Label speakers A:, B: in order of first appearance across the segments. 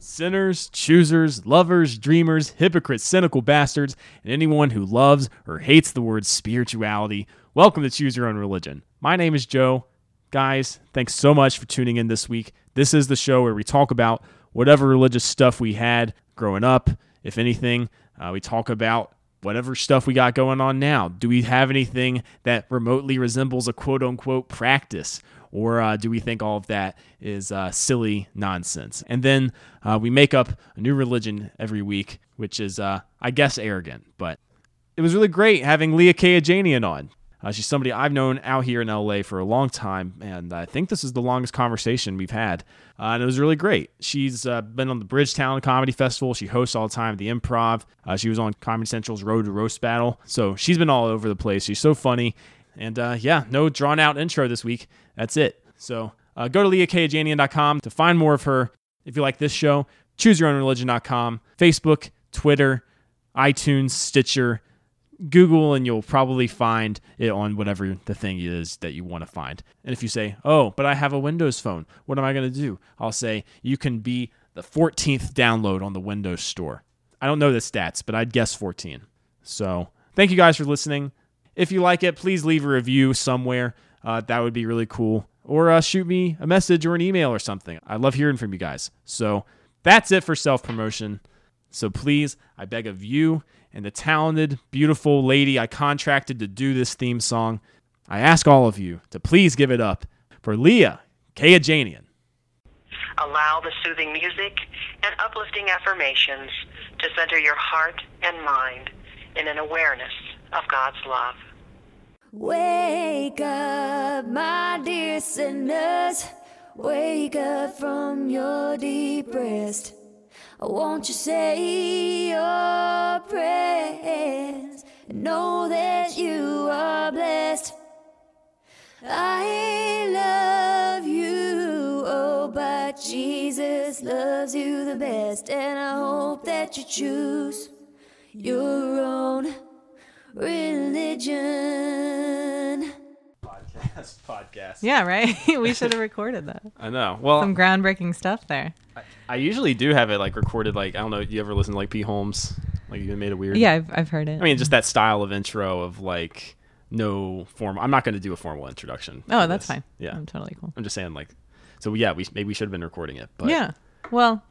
A: Sinners, choosers, lovers, dreamers, hypocrites, cynical bastards, and anyone who loves or hates the word spirituality. Welcome to Choose Your Own Religion. My name is Joe. Guys, thanks so much for tuning in this week. This is the show where we talk about whatever religious stuff we had growing up, if anything. Uh, we talk about whatever stuff we got going on now. Do we have anything that remotely resembles a quote unquote practice? Or uh, do we think all of that is uh, silly nonsense? And then uh, we make up a new religion every week, which is, uh, I guess, arrogant, but it was really great having Leah Kajanian on. Uh, she's somebody I've known out here in LA for a long time, and I think this is the longest conversation we've had. Uh, and it was really great. She's uh, been on the Bridgetown Comedy Festival. She hosts all the time at the Improv. Uh, she was on Comedy Central's Road to Roast Battle. So she's been all over the place. She's so funny. And uh, yeah, no drawn out intro this week. That's it. So uh, go to leahkajanian.com to find more of her. If you like this show, chooseyourownreligion.com, Facebook, Twitter, iTunes, Stitcher, Google and you'll probably find it on whatever the thing is that you want to find. And if you say, "Oh, but I have a Windows phone. What am I going to do?" I'll say, "You can be the 14th download on the Windows Store." I don't know the stats, but I'd guess 14. So, thank you guys for listening. If you like it, please leave a review somewhere. Uh, that would be really cool. Or uh, shoot me a message or an email or something. I love hearing from you guys. So, that's it for self promotion. So please, I beg of you and the talented, beautiful lady I contracted to do this theme song, I ask all of you to please give it up for Leah Kajanian.
B: Allow the soothing music and uplifting affirmations to center your heart and mind in an awareness of God's love.
C: Wake up, my dear sinners. Wake up from your deep rest. Won't you say your prayers? Know that you are blessed. I love you, oh, but Jesus loves you the best. And I hope that you choose your own religion.
A: Podcast, podcast.
D: Yeah, right. we should have recorded that.
A: I know. Well,
D: Some groundbreaking stuff there.
A: I usually do have it like recorded. Like I don't know. You ever listen to like P. Holmes? Like you made a weird.
D: Yeah, I've, I've heard it.
A: I mean, just that style of intro of like no form. I'm not going to do a formal introduction.
D: oh,
A: for
D: that's
A: this.
D: fine.
A: Yeah,
D: I'm totally cool.
A: I'm just saying like. So yeah, we maybe we should have been recording it. But
D: yeah. Well,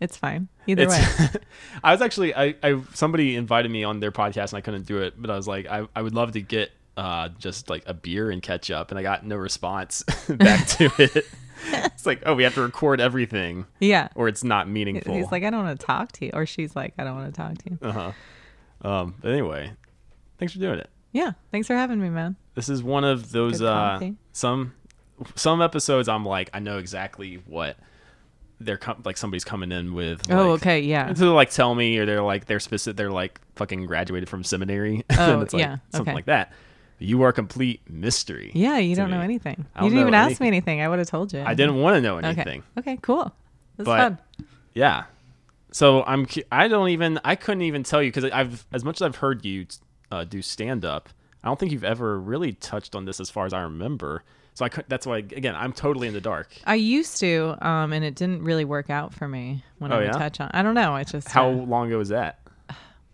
D: it's fine. Either way.
A: It's- I was actually I, I somebody invited me on their podcast and I couldn't do it, but I was like I, I would love to get uh just like a beer and catch up and I got no response back to it. it's like, oh, we have to record everything
D: Yeah.
A: or it's not meaningful.
D: He's like, I don't want to talk to you. Or she's like, I don't want to talk to you.
A: Uh-huh. um but anyway, thanks for doing it.
D: Yeah. Thanks for having me, man.
A: This is one of those
D: Good
A: uh
D: coffee.
A: some some episodes I'm like I know exactly what they're com- like somebody's coming in with
D: oh,
A: like,
D: okay. Yeah.
A: And so they're like tell me or they're like they're specific they're like fucking graduated from seminary
D: Oh,
A: and it's like
D: yeah,
A: something
D: okay.
A: like that. You are a complete mystery.
D: Yeah. You
A: to
D: don't know
A: me.
D: anything.
A: I
D: You
A: don't
D: didn't
A: know
D: even ask me anything. I would have told you.
A: I didn't want to know
D: Okay.
A: anything.
D: Okay. Cool. That's
A: But-
D: fun.
A: Yeah. So I'm cu- I don't even I couldn't even tell you cuz I've as much as I've heard you uh, do stand up, I don't think you've ever really touched on this as far as I remember. So I could, that's why again, I'm totally in the dark.
D: I used to, um, and it didn't really work out for me when
A: Oh,
D: I would
A: yeah?
D: touch on. I don't know. It's just
A: How
D: uh,
A: long ago was that?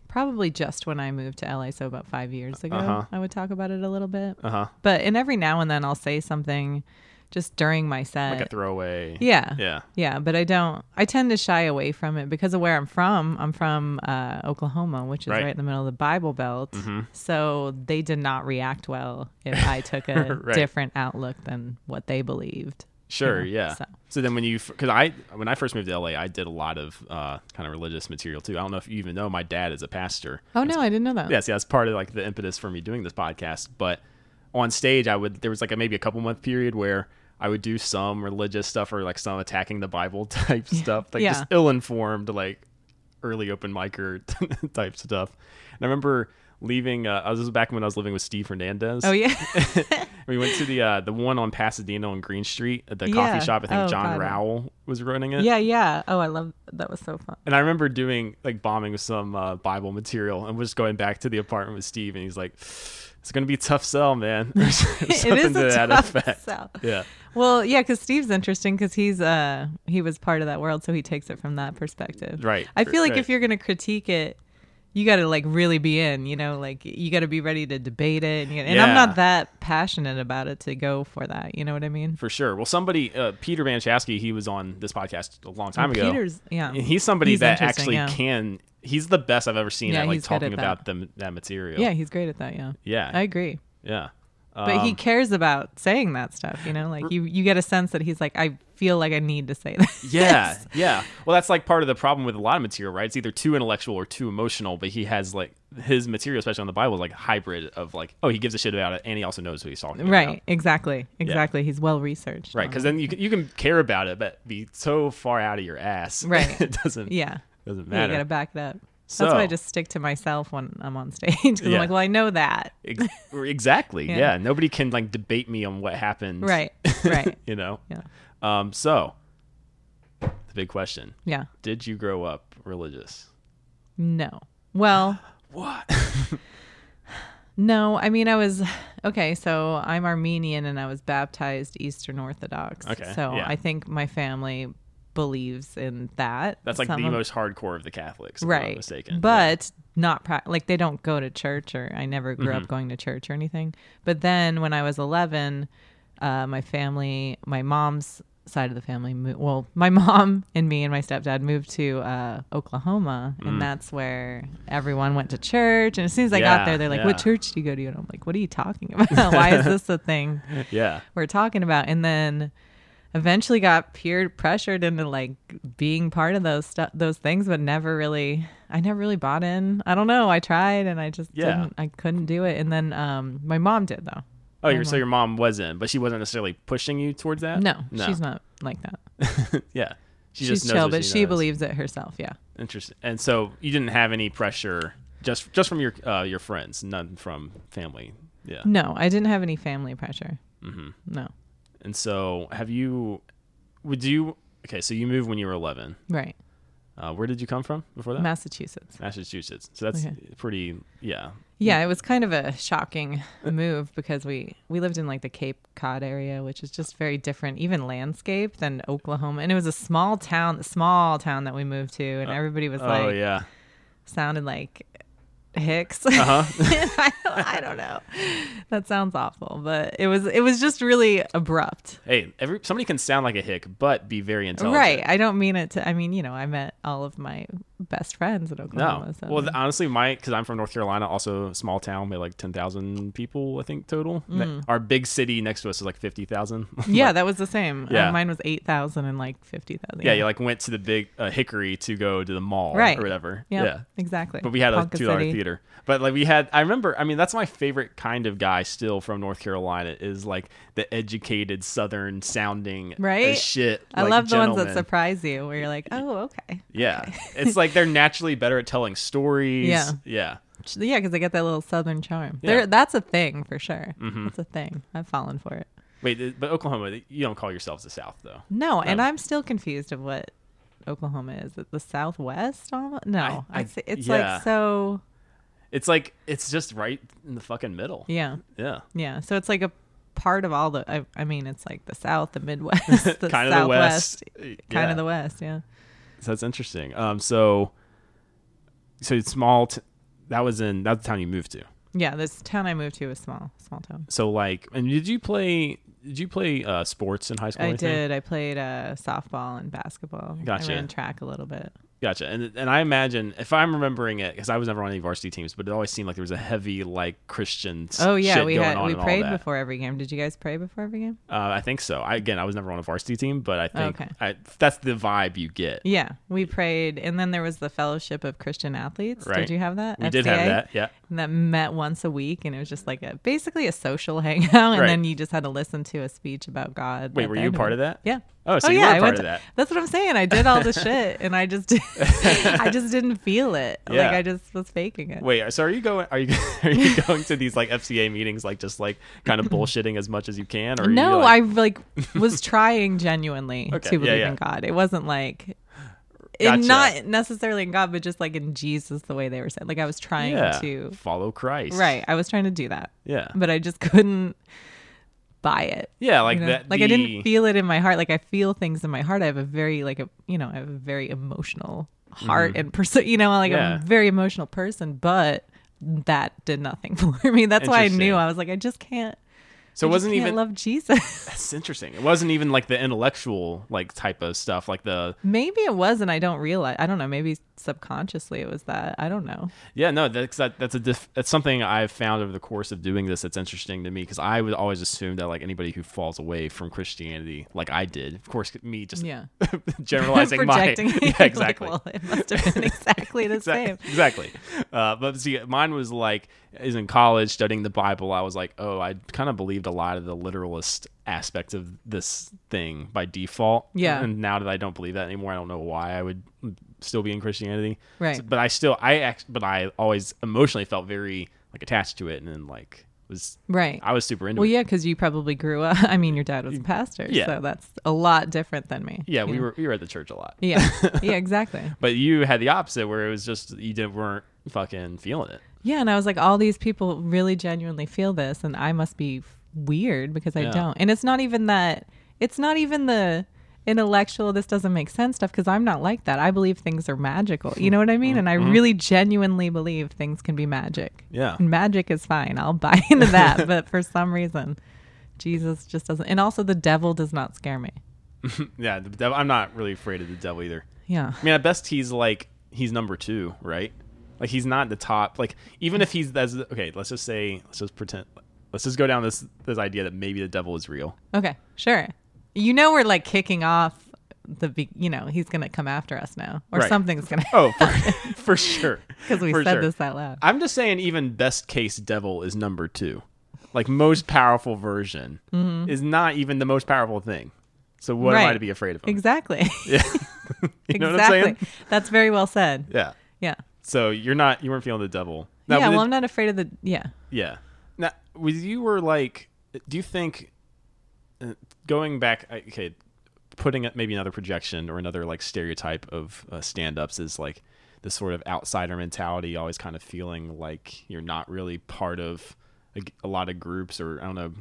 D: probably just when I moved to LA, so about five years ago,
A: Uh-huh.
D: I would talk about it a little bit.
A: Uh-huh.
D: But and every now and then I'll say something just during my set.
A: Like a throwaway.
D: yeah.
A: Yeah.
D: Yeah, but I don't. I tend to shy away from it because of where I'm from. I'm from uh, Oklahoma, which is
A: Right. Mm-hmm.
D: right. in the middle of the Bible Belt. So they did not react well if I took a
A: Right.
D: different outlook than what they believed.
A: Sure,
D: know,
A: yeah. So.
D: so.
A: then when you, because I when I first moved to LA, I did a lot of uh, kind of religious material too. I don't know if you even know my dad is a pastor.
D: Oh no, I didn't know that.
A: Yeah, see, that's part of like the impetus for me doing this podcast. But on stage, I would there was like a, maybe a couple month period where I would do some religious stuff or like some attacking the Bible type stuff, like
D: Yeah.
A: just ill informed like early open micer type stuff. And I remember leaving. Uh, I was this was back when I was living with Steve Hernandez.
D: Oh yeah.
A: We went to the uh, the one on Pasadena on Green Street at the
D: Yeah.
A: coffee shop. I think
D: Oh,
A: John
D: God.
A: Rowell was running it.
D: yeah, yeah. Oh, I love that. Was so fun.
A: And I remember doing like bombing with some uh, Bible material and was going back to the apartment with Steve, and he's like, It's going to be a tough sell, man.
D: It is a tough sell.
A: Yeah.
D: Well, yeah, because Steve's interesting because he's uh he was part of that world, so he takes it from that perspective.
A: Right,
D: I feel like
A: right.
D: if you're gonna critique it, you got to like really be in. You know, like you got to be ready to debate it. And, you and I'm
A: Yeah.
D: not that passionate about it to go for that. You know what I mean?
A: For sure. Well, somebody, uh, Peter Manchowski, he was on this podcast a long time ago.
D: Oh, Peter's- yeah.
A: And he's somebody
D: He's
A: that actually
D: interesting, yeah.
A: can. He's the best I've ever seen
D: Yeah,
A: at like
D: he's good at
A: talking
D: that.
A: about them that material.
D: Yeah, he's great at that. Yeah.
A: Yeah. Um,
D: I agree.
A: Yeah.
D: But he cares about saying that stuff. You know, like you you get a sense that he's like, I feel like I need to say this.
A: Yeah, yeah. Well, that's like part of the problem with a lot of material, right? It's either too intellectual or too emotional. But he has like his material, especially on the Bible, is like a hybrid of like, oh, he gives a shit about it, and he also knows what he's talking about.
D: Right. Uh-huh. Exactly. Exactly. He's well researched.
A: Right,
D: on
A: because
D: it.
A: then you can, you can care about it, but be so far out of your ass.
D: Right.
A: it doesn't.
D: yeah.
A: doesn't
D: Yeah, you
A: matter.
D: gotta back it up.
A: So-
D: That's why I just stick to myself when I'm on stage because
A: Yeah.
D: I'm like, well, I know that.
A: Ex- exactly. yeah.
D: Yeah.
A: Nobody can like debate me on what happened.
D: Right. Right.
A: you know.
D: yeah.
A: Um. So, the big question:
D: Yeah.
A: Did you grow up religious?
D: No. Well,
A: What?
D: no. I mean, I was okay. So I'm Armenian and I was baptized Eastern Orthodox.
A: Okay,
D: So
A: yeah.
D: I think my family believes in that.
A: That's like
D: Some
A: the
D: of-
A: most hardcore of the Catholics, if I'm not
D: right
A: mistaken. Yeah.
D: but not pra- like they don't go to church or i never grew
A: Mm-hmm.
D: up going to church or anything but then when i was 11 uh, my family my mom's side of the family mo- well my mom and me and my stepdad moved to uh, oklahoma
A: Mm.
D: and that's where everyone went to church and as soon as i
A: Yeah,
D: got there they're like
A: yeah.
D: what church do you go to and i'm like what are you talking about why is this a thing
A: yeah.
D: we're talking about and then eventually got peer pressured into like being part of those stuff those things but never really i never really bought in i don't know i tried and i just
A: Yeah.
D: didn't i couldn't do it and then um my mom did though
A: Oh, your so your mom was in, but she wasn't necessarily pushing you towards that.
D: no, she's not like that
A: Yeah, Uh, she
D: she's
A: just knows
D: chill
A: what
D: but
A: she,
D: she
A: knows.
D: believes it herself yeah
A: Interesting. And so you didn't have any pressure just just from your uh, your friends, none from family. Yeah.
D: no i didn't have any family pressure mm-hmm. no
A: And so have you? Would you? Okay, so you moved when you were 11.
D: right
A: Uh, where did you come from before that?
D: massachusetts
A: Massachusetts. So that's
D: Okay.
A: pretty. Yeah.
D: Yeah, it was kind of a shocking move because we we lived in like the Cape Cod area, which is just very different, even landscape than Oklahoma. And it was a small town, small town that we moved to, and everybody was
A: oh
D: like,
A: yeah.
D: sounded like Hicks.
A: Uh-huh.
D: I, don't, I don't know. That sounds awful, but it was it was just really abrupt.
A: Hey, every somebody can sound like a hick, but be very intelligent.
D: Right. I don't mean it to. I mean, you know, I met all of my best friends in Oklahoma.
A: No.
D: So
A: Well, th- honestly, my because I'm from North Carolina, also a small town, maybe like ten thousand people, I think total. Ne- Our big city next to us is like fifty thousand.
D: Mm. yeah, that was the same. Uh,
A: Yeah.
D: mine was eight thousand and like fifty thousand.
A: yeah, you like went to the big uh, Hickory to go to the mall,
D: right
A: or whatever.
D: Yep,
A: Yeah.
D: exactly
A: But we had
D: Ponca
A: a two-hour
D: City.
A: theater. But like we had, I remember. I mean, that's my favorite kind of guy still from North Carolina is like the educated Southern sounding as
D: Right?
A: shit.
D: i
A: like,
D: love the ones that
A: gentleman.
D: surprise you where you're like oh okay
A: Yeah, it's like they're naturally better at telling stories.
D: Yeah.
A: Yeah.
D: Ch- yeah because they get that little southern charm
A: Yeah. Mm-hmm.
D: there that's a thing for sure that's a thing i've fallen for it
A: Wait, th- but Oklahoma, you don't call yourselves the South though.
D: no and i'm still confused of what oklahoma is Is it the southwest almost? no
A: I-
D: I, would say it's
A: yeah.
D: like so
A: It's like it's just right in the fucking middle.
D: yeah
A: Yeah.
D: yeah so it's like a part of all the i, I mean it's like the south the midwest the
A: Kind of the West.
D: southwest
A: Kind
D: kind of the west yeah
A: So that's interesting. Um so so it's small t- that was in that's the town you moved to.
D: yeah this town i moved to was small small town
A: So like and did you play did you play uh sports in high school or
D: I
A: anything?
D: did. I played uh, softball and basketball.
A: Gotcha.
D: I ran track a little bit.
A: Gotcha. And and I imagine if I'm remembering it cuz I was never on any varsity teams, but it always seemed like there was a heavy like Christian s-
D: Oh yeah,
A: shit
D: we
A: going
D: had
A: on
D: we
A: and all
D: prayed
A: that.
D: before every game. Did you guys pray before every game?
A: Uh, I think so. I, again, I was never on a varsity team, but I think
D: Okay.
A: I, that's the vibe you get.
D: Yeah, we prayed, and then there was the Fellowship of Christian Athletes.
A: Right.
D: Did you have that?
A: We did have
D: FCA?
A: that. Yeah.
D: And that met once a week, and it was just like a basically a social hangout, and
A: Right.
D: then you just had to listen to a speech about God.
A: Wait,
D: at
A: were
D: the
A: you
D: end
A: part
D: it.
A: of that?
D: Yeah.
A: Oh, so you were
D: I
A: part
D: went
A: of
D: to-
A: that.
D: That's what I'm saying. I did all the shit, and I just, I just didn't feel it.
A: Yeah.
D: Like I just was faking it.
A: Wait, so are you going? Are you are you going to these like FCA meetings, like just like kind of bullshitting as much as you can? Or are
D: No,
A: you, like,
D: I like was trying genuinely
A: Okay,
D: to
A: yeah,
D: believe
A: yeah.
D: in God. It wasn't like And
A: Gotcha.
D: not necessarily in God, but just like in Jesus, the way they were said. Like I was trying
A: yeah.
D: to,
A: follow Christ.
D: right? I was trying to do that,
A: Yeah.
D: but I just couldn't buy it.
A: Yeah, like
D: you know?
A: that.
D: Like I
A: the-
D: didn't feel it in my heart. Like I feel things in my heart. I have a very like a you know I have a very emotional heart and person. You know, like
A: Mm-hmm. Yeah.
D: I'm a very emotional person, but that did nothing for me. That's why I
A: Interesting.
D: knew I was like I just can't.
A: So
D: I
A: it
D: just
A: wasn't
D: can't
A: even.
D: love Jesus.
A: That's interesting. It wasn't even like the intellectual like type of stuff, like the
D: Maybe it was, and I don't realize. I don't know. Maybe subconsciously it was that. I don't know.
A: Yeah, no, that's that, that's a diff, that's something I've found over the course of doing this. That's interesting to me because I would always assume that like anybody who falls away from Christianity, like I did, of course, me just
D: Yeah.
A: generalizing my
D: Projecting it.
A: yeah
D: Like,
A: exactly
D: well, it must have been exactly the
A: exactly,
D: same.
A: exactly. Uh, but see, mine was like is in college studying the Bible. I was like, oh, I kind of believed a lot of the literalist aspects of this thing by default.
D: Yeah.
A: And now that I don't believe that anymore, I don't know why I would still be in Christianity.
D: Right.
A: So- but I still, I act, but I always emotionally felt very like attached to it, and then like was
D: Right.
A: I was super into
D: Well,
A: it.
D: yeah, because you probably grew up. I mean, your dad was a pastor,
A: Yeah.
D: so that's a lot different than me.
A: Yeah, we
D: you know?
A: were we were at the church a lot.
D: Yeah. Yeah. Exactly.
A: But you had the opposite, where it was just you didn't weren't fucking feeling it.
D: Yeah, and I was like, all these people really genuinely feel this, and I must be f- weird because I
A: Yeah.
D: don't. And it's not even that. It's not even the intellectual. This doesn't make sense stuff because I'm not like that. I believe things are magical. You know what I mean? And I really genuinely believe things can be magic.
A: Mm-hmm. Yeah.
D: and magic is fine. I'll buy into that. but for some reason, Jesus just doesn't. And also, the devil does not scare me.
A: Yeah, the devil, I'm not really afraid of the devil either.
D: Yeah.
A: I mean, at best, he's like he's number two, right? Like he's not the top. Like even if he's that's okay. Let's just say, let's just pretend. Let's just go down this this idea that maybe the devil is real.
D: Okay. Sure. You know we're like kicking off the. Be- you know he's gonna come after us now, or
A: Right.
D: something's gonna.
A: Oh, for, for sure.
D: Because we
A: For
D: said
A: sure.
D: this out loud.
A: I'm just saying, even best case devil is number two. Like most powerful version is not even the most powerful thing. So what am I
D: Mm-hmm. Right.
A: to be afraid of him?
D: Exactly.
A: Yeah. you know
D: exactly.
A: what I'm saying?
D: That's very well said.
A: Yeah.
D: Yeah.
A: So you're not you weren't feeling the devil. Now,
D: yeah.
A: but
D: Well,
A: it-
D: I'm not afraid of the. Yeah.
A: Yeah. Now, with you were like, do you think uh, going back? I- Okay, putting up maybe another projection or another like stereotype of uh, stand-ups is like this sort of outsider mentality, always kind of feeling like you're not really part of a, g- a lot of groups, or I don't know.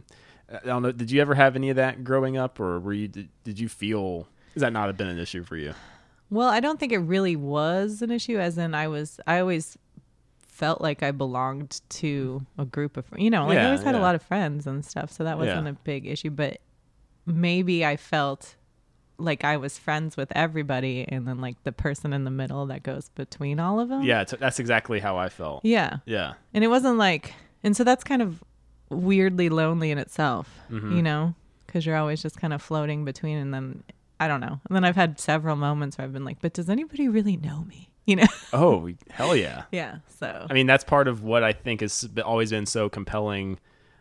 A: I don't know. Did you ever have any of that growing up, or were you? Did, did you feel? Has that not have been an issue for you?
D: Well, I don't think it really was an issue. As in, I was. I always felt like I belonged to a group of. You know, like I
A: Yeah,
D: always had
A: yeah.
D: a lot of friends and stuff, so that wasn't
A: Yeah.
D: a big issue. But maybe I felt like I was friends with everybody, and then like the person in the middle that goes between all of them.
A: Yeah, t- that's exactly how I felt.
D: Yeah.
A: Yeah,
D: and it wasn't like and so that's kind of weirdly lonely in itself
A: Mm-hmm.
D: you know because you're always just kind of floating between and then i don't know and then i've had several moments where i've been like but does anybody really know me you know
A: Oh hell yeah!
D: yeah so
A: I mean, that's part of what I think has b- always been so compelling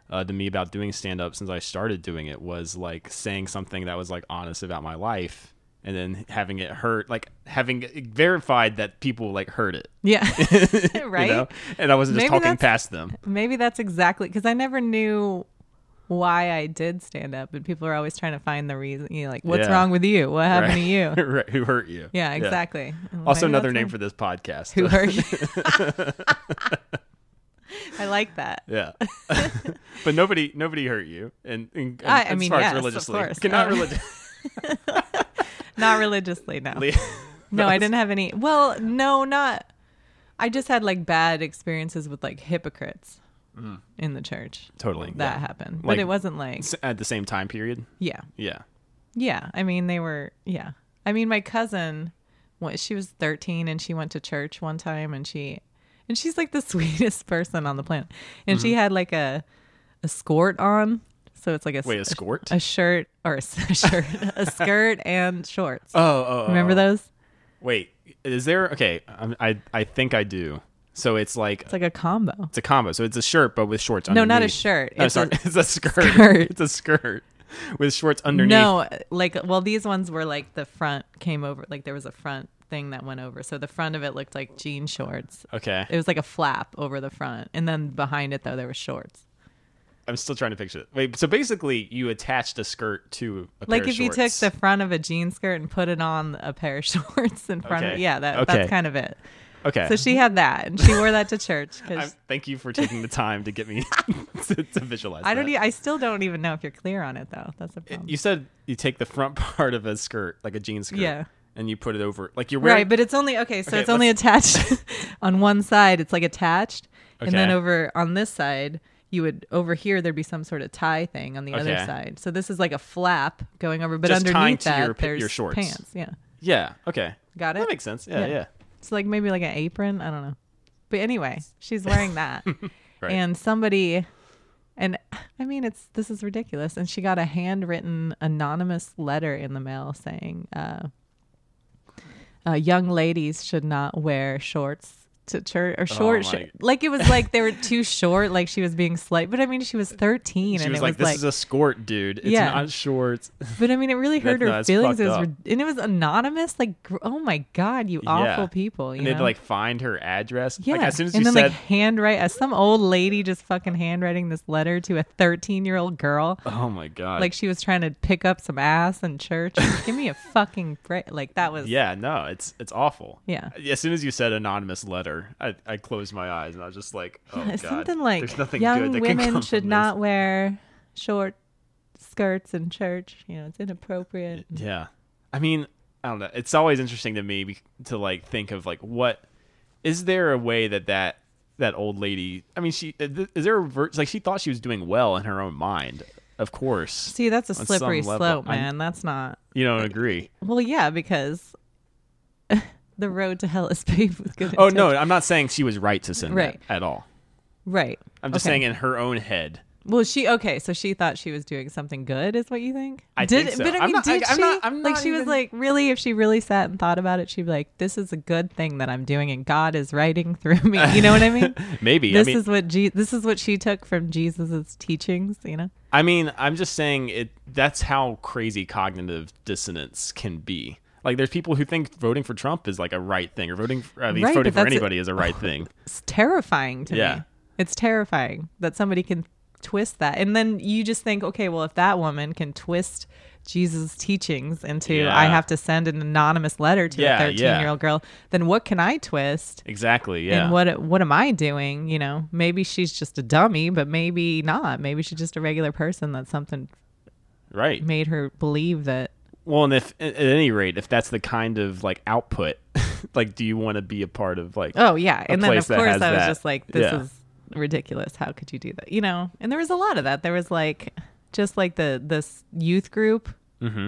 A: uh, to me about doing stand up since I started doing it was like saying something that was like honest about my life and then having it hurt, like having it verified that people like heard it,
D: yeah
A: you
D: right
A: know? And I wasn't just
D: Maybe
A: talking
D: that's-
A: past them.
D: maybe that's exactly because i never knew why i did stand up and people are always trying to find the reason you know like what's
A: Yeah.
D: wrong with you what happened to you
A: right, who hurt you.
D: yeah exactly And
A: Also,
D: maybe
A: another
D: that's
A: name
D: why-
A: for this podcast.
D: who hurt you i like that
A: Yeah, but nobody, nobody hurt you, and, and,
D: I- I
A: as
D: mean,
A: far
D: yes,
A: as
D: of
A: religiously,
D: course.
A: Okay, not
D: Uh, not religiously no
A: religiously.
D: no, I didn't have any. Well, no, not. I just had like bad experiences with like hypocrites in the church.
A: Totally,
D: That
A: Mm. yeah.
D: happened.
A: Like-
D: but it wasn't like,
A: at the same time period.
D: yeah.
A: Yeah.
D: Yeah. I mean, they were, yeah. I mean, my cousin, when she was 13 and she went to church one time and she, and she's like the sweetest person on the planet. And
A: Mm-hmm.
D: she had like a, a skirt on. So it's like a,
A: Wait, a skirt?
D: a shirt or a, s- a shirt, a skirt and shorts.
A: Oh, oh, oh,
D: Remember those?
A: Wait, is there okay? I'm- I I think I do. So it's like
D: It's like a combo.
A: it's a combo. So it's a shirt, but with shorts.
D: No, not a
A: underneath.
D: shirt.
A: No,
D: It's
A: sorry,
D: a
A: it's a skirt.
D: skirt.
A: It's a skirt with shorts underneath.
D: No, like well, these ones were like the front came over, like there was a front thing that went over, so the front of it looked like jean shorts.
A: Okay.
D: It was like a flap over the front, and then behind it though there were shorts.
A: I'm still trying to picture it. Wait, so basically, you attached a skirt to a
D: Like
A: pair
D: if
A: of
D: you took
A: shorts.
D: the front of a jean skirt and put it on a pair of shorts in front of
A: Okay.
D: yeah, that,
A: Okay.
D: that's kind of it.
A: okay.
D: So she had that, and she wore that to church
A: I'm-
D: because
A: thank you for taking the time to get me to, to visualize.
D: I don't.
A: that.
D: E- I still don't even know if you're clear on it though. That's a problem.
A: You said you take the front part of a skirt, like a jean skirt,
D: Yeah.
A: and you put it over, like you're wearing.
D: Right, but it's only okay. So
A: Okay,
D: it's only attached on one side. It's like attached, and then
A: Okay.
D: over on this side, you would over here there'd be some sort of tie thing on the other
A: Okay.
D: side. So this is like a flap going over, but
A: Just tying
D: underneath
A: to
D: that
A: your pa- your
D: there's
A: shorts.
D: pants. Yeah,
A: yeah, okay,
D: Got
A: That
D: it?
A: makes sense. Yeah, yeah.
D: Yeah. it's like maybe like an apron. I don't know. But anyway, she's wearing that,
A: Right.
D: and somebody, and I mean it's this is ridiculous. And she got a handwritten anonymous letter in the mail saying. Uh, uh, young ladies should not wear shorts to church or short
A: Oh my-
D: shor- like it was like they were too short like she was being slight but i mean she was 13
A: She
D: and
A: was
D: it
A: like,
D: was
A: "This
D: like
A: is a skirt, dude. It's
D: Yeah.
A: not shorts."
D: but i mean it really hurt
A: no,
D: her
A: it's
D: feelings
A: fucked
D: it was
A: up.
D: rid- and it was anonymous like gr- oh my god you awful people you
A: and they'd
D: know?
A: like find her address.
D: yeah
A: Like as soon as
D: and
A: you
D: then
A: said,
D: like handwrite uh, some old lady just fucking handwriting this letter to a 13 year old girl
A: "Oh my god!"
D: like she was trying to pick up some ass in church give me a fucking break like that was
A: yeah, no, it's it's awful.
D: Yeah.
A: As soon as you said anonymous letter, I, I closed my eyes and I was just like, "Oh god."
D: something like
A: There's nothing
D: young
A: good that can
D: women
A: come
D: should
A: from
D: not wear short skirts in church. You know, it's inappropriate.
A: This. Yeah. I mean, I don't know. It's always interesting to me bec- to like think of like what is there a way that that that old lady? I mean, she is there a ver- like she thought she was doing well in her own mind. Of course,
D: See, that's a
A: On
D: slippery
A: some level,
D: slope,
A: I'm-
D: man. that's not.
A: you don't agree.
D: Well, yeah, because the road to hell is paved with good.
A: Oh no,
D: intentions.
A: I'm not saying she was right to sin that
D: Right.
A: at all.
D: Right.
A: I'm just
D: Okay.
A: saying in her own head.
D: Well, she okay. So she thought she was doing something good, is what you think?
A: I
D: did,
A: think so.
D: But I
A: I'm
D: mean,
A: not-
D: did
A: I- I'm
D: she?
A: not- I'm
D: like,
A: not
D: she was
A: even-
D: like, really? If she really sat and thought about it, she'd be like, "This is a good thing that I'm doing, and God is writing through me." You know what I mean?
A: Maybe.
D: this
A: I mean,
D: is what Je- this is what she took from Jesus's teachings. You know,
A: I mean, I'm just saying it. That's how crazy cognitive dissonance can be. Like, there's people who think voting for Trump is like a right thing, or voting. For, I mean,
D: Right,
A: voting
D: but
A: for
D: that's a-
A: anybody is a right thing.
D: it's terrifying to
A: Yeah.
D: me. It's terrifying that somebody can twist that, and then you just think, okay, well, if that woman can twist Jesus' teachings into
A: Yeah.
D: I have to send an anonymous letter to
A: Yeah,
D: a
A: yeah.
D: thirteen-year-old girl, then what can I twist?
A: Exactly. Yeah.
D: And what what am I doing? You know, maybe she's just a dummy, but maybe not. Maybe she's just a regular person that something
A: right.
D: made her believe that
A: Well, and if at any rate, if that's the kind of like output, like, do you want to be a part of like?
D: Oh yeah,
A: a
D: and then
A: place
D: of
A: that
D: course I was
A: has that.
D: just like, this
A: Yeah.
D: is ridiculous. How could you do that? You know, and there was a lot of that. There was like, just like the this youth group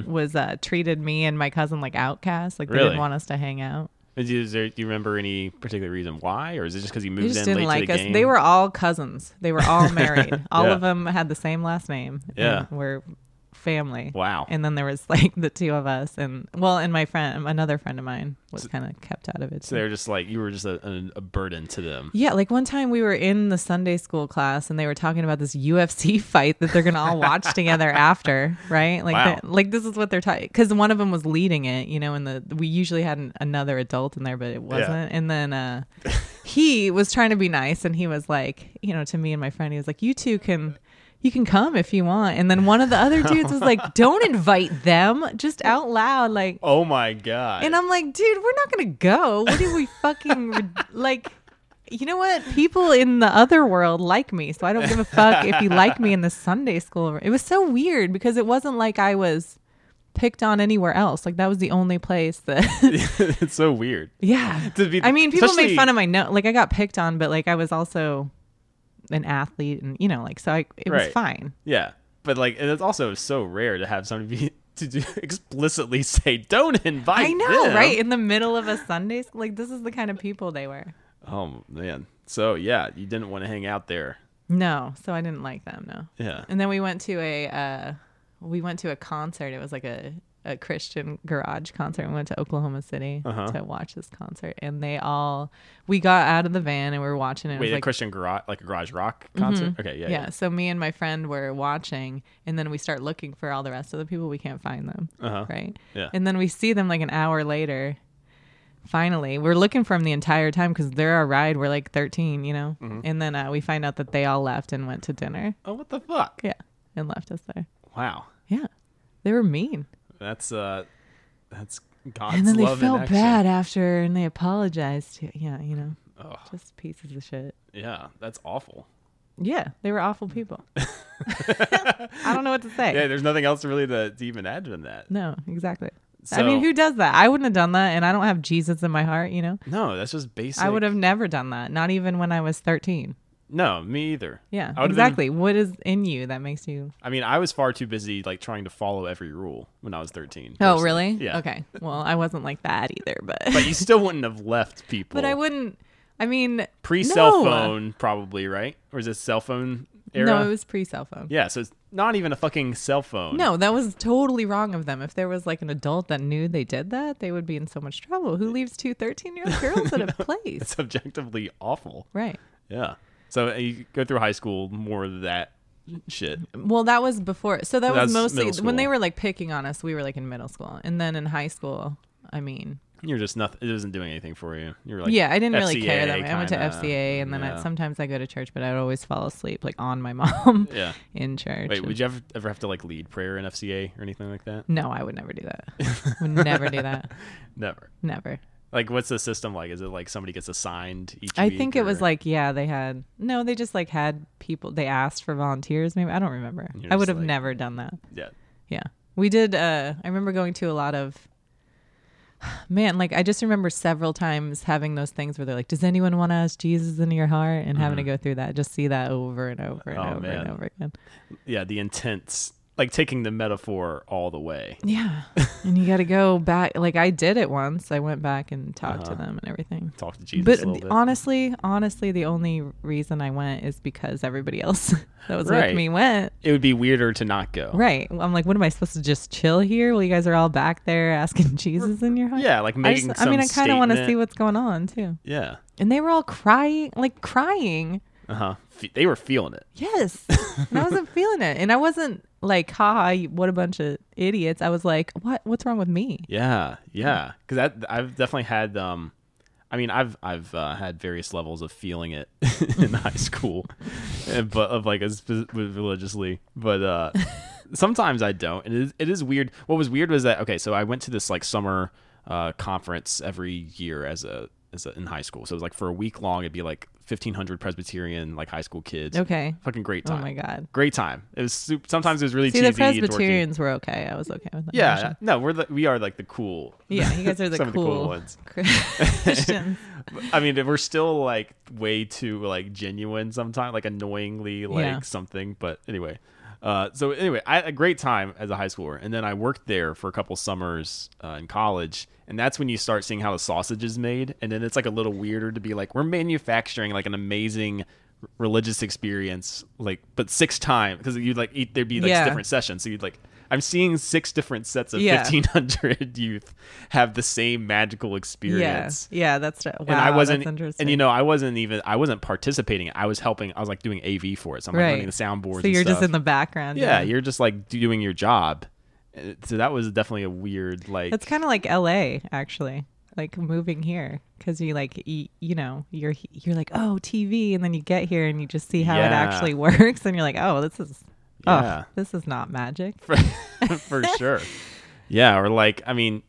D: was uh, treated me and my cousin like outcasts. Like they
A: Mm-hmm. Really?
D: didn't want us to hang out.
A: Is- is there- do you remember any particular reason why, or is it just because you
D: They
A: moved
D: just
A: in
D: didn't
A: late
D: like
A: to
D: us.
A: the game?
D: They were all cousins. They were all married. all
A: Yeah.
D: of them had the same last name. and
A: Yeah.
D: were family.
A: Wow.
D: And then there was like the two of us, and well, and my friend, another friend of mine, was kind of kept out of it.
A: So they're just like you were just a, a, a burden to them.
D: Yeah, like one time we were in the Sunday school class and they were talking about this UFC fight that they're gonna all watch together after, right? Like,
A: Wow.
D: that- like this is what they're talking because one of them was leading it, you know, and the we usually had an, another adult in there, but it wasn't. And then uh, he was trying to be nice and he was like, you know, to me and my friend, he was like, "You two can." You can come if you want. And then one of the other dudes was like, Don't invite them, just out loud. Like,
A: Oh my god.
D: and I'm like, dude, we're not gonna go. What do we fucking re- like? You know what? People in the other world like me, so I don't give a fuck if you like me in the Sunday school. It was so weird because it wasn't like I was picked on anywhere else. Like that was the only place that,
A: it's so weird.
D: yeah.
A: To be-
D: I mean, people
A: especially-
D: made fun of my note. Like I got picked on, but like I was also an athlete, and you know, like so I it
A: Right.
D: was fine.
A: Yeah, but like and it's also so rare to have somebody be, to do, explicitly say, "Don't invite."
D: I know,
A: them."
D: right? In the middle of a Sunday school, like this is the kind of people they were.
A: Oh man. So yeah, you didn't want to hang out there.
D: No, so I didn't like them. No.
A: Yeah.
D: And then we went to a uh, we went to a concert. It was like a, a Christian garage concert. We went to Oklahoma City
A: Uh-huh.
D: to watch this concert, and they all we got out of the van and we were watching it. it.
A: Wait,
D: was
A: a
D: like, Mm-hmm.
A: Christian garage, like a garage rock concert. Okay, yeah,
D: yeah, So me and my friend were watching, and then we start looking for all the rest of the people. We can't find them,
A: Uh-huh.
D: right?
A: Yeah.
D: And then we see them like an hour later, finally we're looking for them the entire time because they're our ride we're like 13 you know
A: Mm-hmm.
D: and then uh, we find out that they all left and went to dinner
A: Oh, what the fuck?
D: yeah and left us there
A: Wow,
D: yeah they were mean
A: that's uh, that's God's
D: and then they
A: love in
D: felt
A: action.
D: bad after and they apologized to yeah you know just pieces of shit
A: Yeah, that's awful.
D: yeah they were awful people i don't know what to say
A: Yeah, there's nothing else really to, to even add to that.
D: no exactly i
A: So-
D: mean who does that i wouldn't have done that and i don't have jesus in my heart you know
A: No, that's just basic.
D: i would have never done that not even when i was 13
A: No, me either.
D: yeah
A: I would've been-
D: exactly what is in you that makes you
A: I mean, I was far too busy like trying to follow every rule when I was 13.
D: Oh,
A: personally.
D: really?
A: Yeah.
D: Okay. Well, I wasn't like that either, but
A: But you still wouldn't have left people.
D: but I wouldn't. I mean,
A: pre cell
D: no.
A: phone probably right, or is it cell phone era?
D: No, it was pre cell phone.
A: yeah, so it's not even a fucking cell phone.
D: No, that was totally wrong of them. If there was like an adult that knew they did that, they would be in so much trouble. Who leaves two 13 year old girls at a place?
A: it's objectively awful.
D: Right.
A: Yeah. So uh, you go through high school more of that shit.
D: Well, that was before. So that
A: That's
D: was
A: middle
D: mostly
A: school.
D: when they were like picking on us, we were like in middle school. And then in high school, I mean,
A: You're just nothing. It isn't doing anything for you. You're like
D: yeah, I didn't really care
A: FCA
D: that much. I went to
A: kinda.
D: FCA and then
A: Yeah.
D: I, sometimes I go to church, but I'd always fall asleep like on my mom
A: Yeah.
D: in church.
A: Wait,
D: and-
A: would you ever, ever have to like lead prayer in FCA or anything like that?
D: No, I would never do that. would never do that.
A: Never.
D: Never.
A: Like, what's the system like? Is it like somebody gets assigned each?
D: I
A: week,
D: think it
A: or-
D: was like, yeah, they had no, they just like had people they asked for volunteers, maybe I don't remember.
A: You're
D: I would
A: just
D: have
A: like-
D: never done that.
A: yeah.
D: Yeah. We did uh I remember going to a lot of man, like I just remember several times having those things where they're like, Does anyone want to ask Jesus into your heart? And having to go through that, just see that over and over and
A: Mm-hmm. Oh,
D: over
A: man.
D: and over again.
A: yeah the intense like taking the metaphor all the way
D: Yeah. and you gotta go back like I did it once. I went back and talked
A: Uh-huh.
D: to them and everything.
A: talk to jesus
D: But
A: a little bit
D: honestly, honestly, the only reason I went is because everybody else that was
A: Right.
D: with me went.
A: it would be weirder to not go
D: Right. I'm like, what am I supposed to just chill here? Well, you guys are all back there asking Jesus in your heart.
A: yeah like
D: I,
A: making
D: just,
A: some
D: I mean, I kind of want to
A: statement.
D: see what's going on too.
A: yeah
D: And they were all crying, like crying.
A: uh-huh Fe- they were feeling it
D: Yes. and I wasn't feeling it. And I wasn't like, haha, you- what a bunch of idiots. I was like, what? What's wrong with me?
A: yeah yeah because that i've definitely had um i mean i've i've uh, had various levels of feeling it in high school and- but of like as spe- religiously but uh sometimes i don't and it is, it is weird what was weird was that okay so i went to this like summer uh conference every year as a as a, in high school so it was like for a week long it'd be like 1500 presbyterian like high school kids
D: Okay.
A: fucking great
D: Oh
A: time
D: my God.
A: great time it was su- sometimes it was really
D: See,
A: cheesy
D: the
A: and dorky.
D: Presbyterians were okay. I was okay with that.
A: yeah no we're the, we are like the cool
D: Yeah, you guys are the
A: Some of the
D: cool,
A: cool ones.
D: Christians.
A: I mean, we're still like way too like genuine sometimes, like annoyingly like
D: Yeah.
A: something. But anyway, uh, so anyway, I had a great time as a high schooler, and then I worked there for a couple summers uh, in college, and that's when you start seeing how the sausage is made, and then it's like a little weirder to be like we're manufacturing like an amazing r- religious experience, like but six times because you'd like eat there'd be like
D: Yeah.
A: different sessions, so you'd like. I'm seeing six different sets of
D: Yeah.
A: 1500 youth have the same magical experience
D: Yeah, yeah, that's wow.
A: and I wasn't,
D: that's interesting.
A: and you know, I wasn't even, I wasn't participating. I was helping. I was like doing AV for it. So I'm like
D: Right.
A: running the soundboards.
D: so you're
A: and
D: just
A: stuff.
D: in the background.
A: yeah, you're just like doing your job. Uh, So that was definitely a weird, like,
D: that's kind of like L.A. Actually, like moving here because you like y- you know you're he- you're like oh TV, and then you get here and you just see how
A: Yeah.
D: it actually works, and you're like oh this is
A: Yeah.
D: oh this is not magic.
A: of for sure. Yeah, or like, I mean,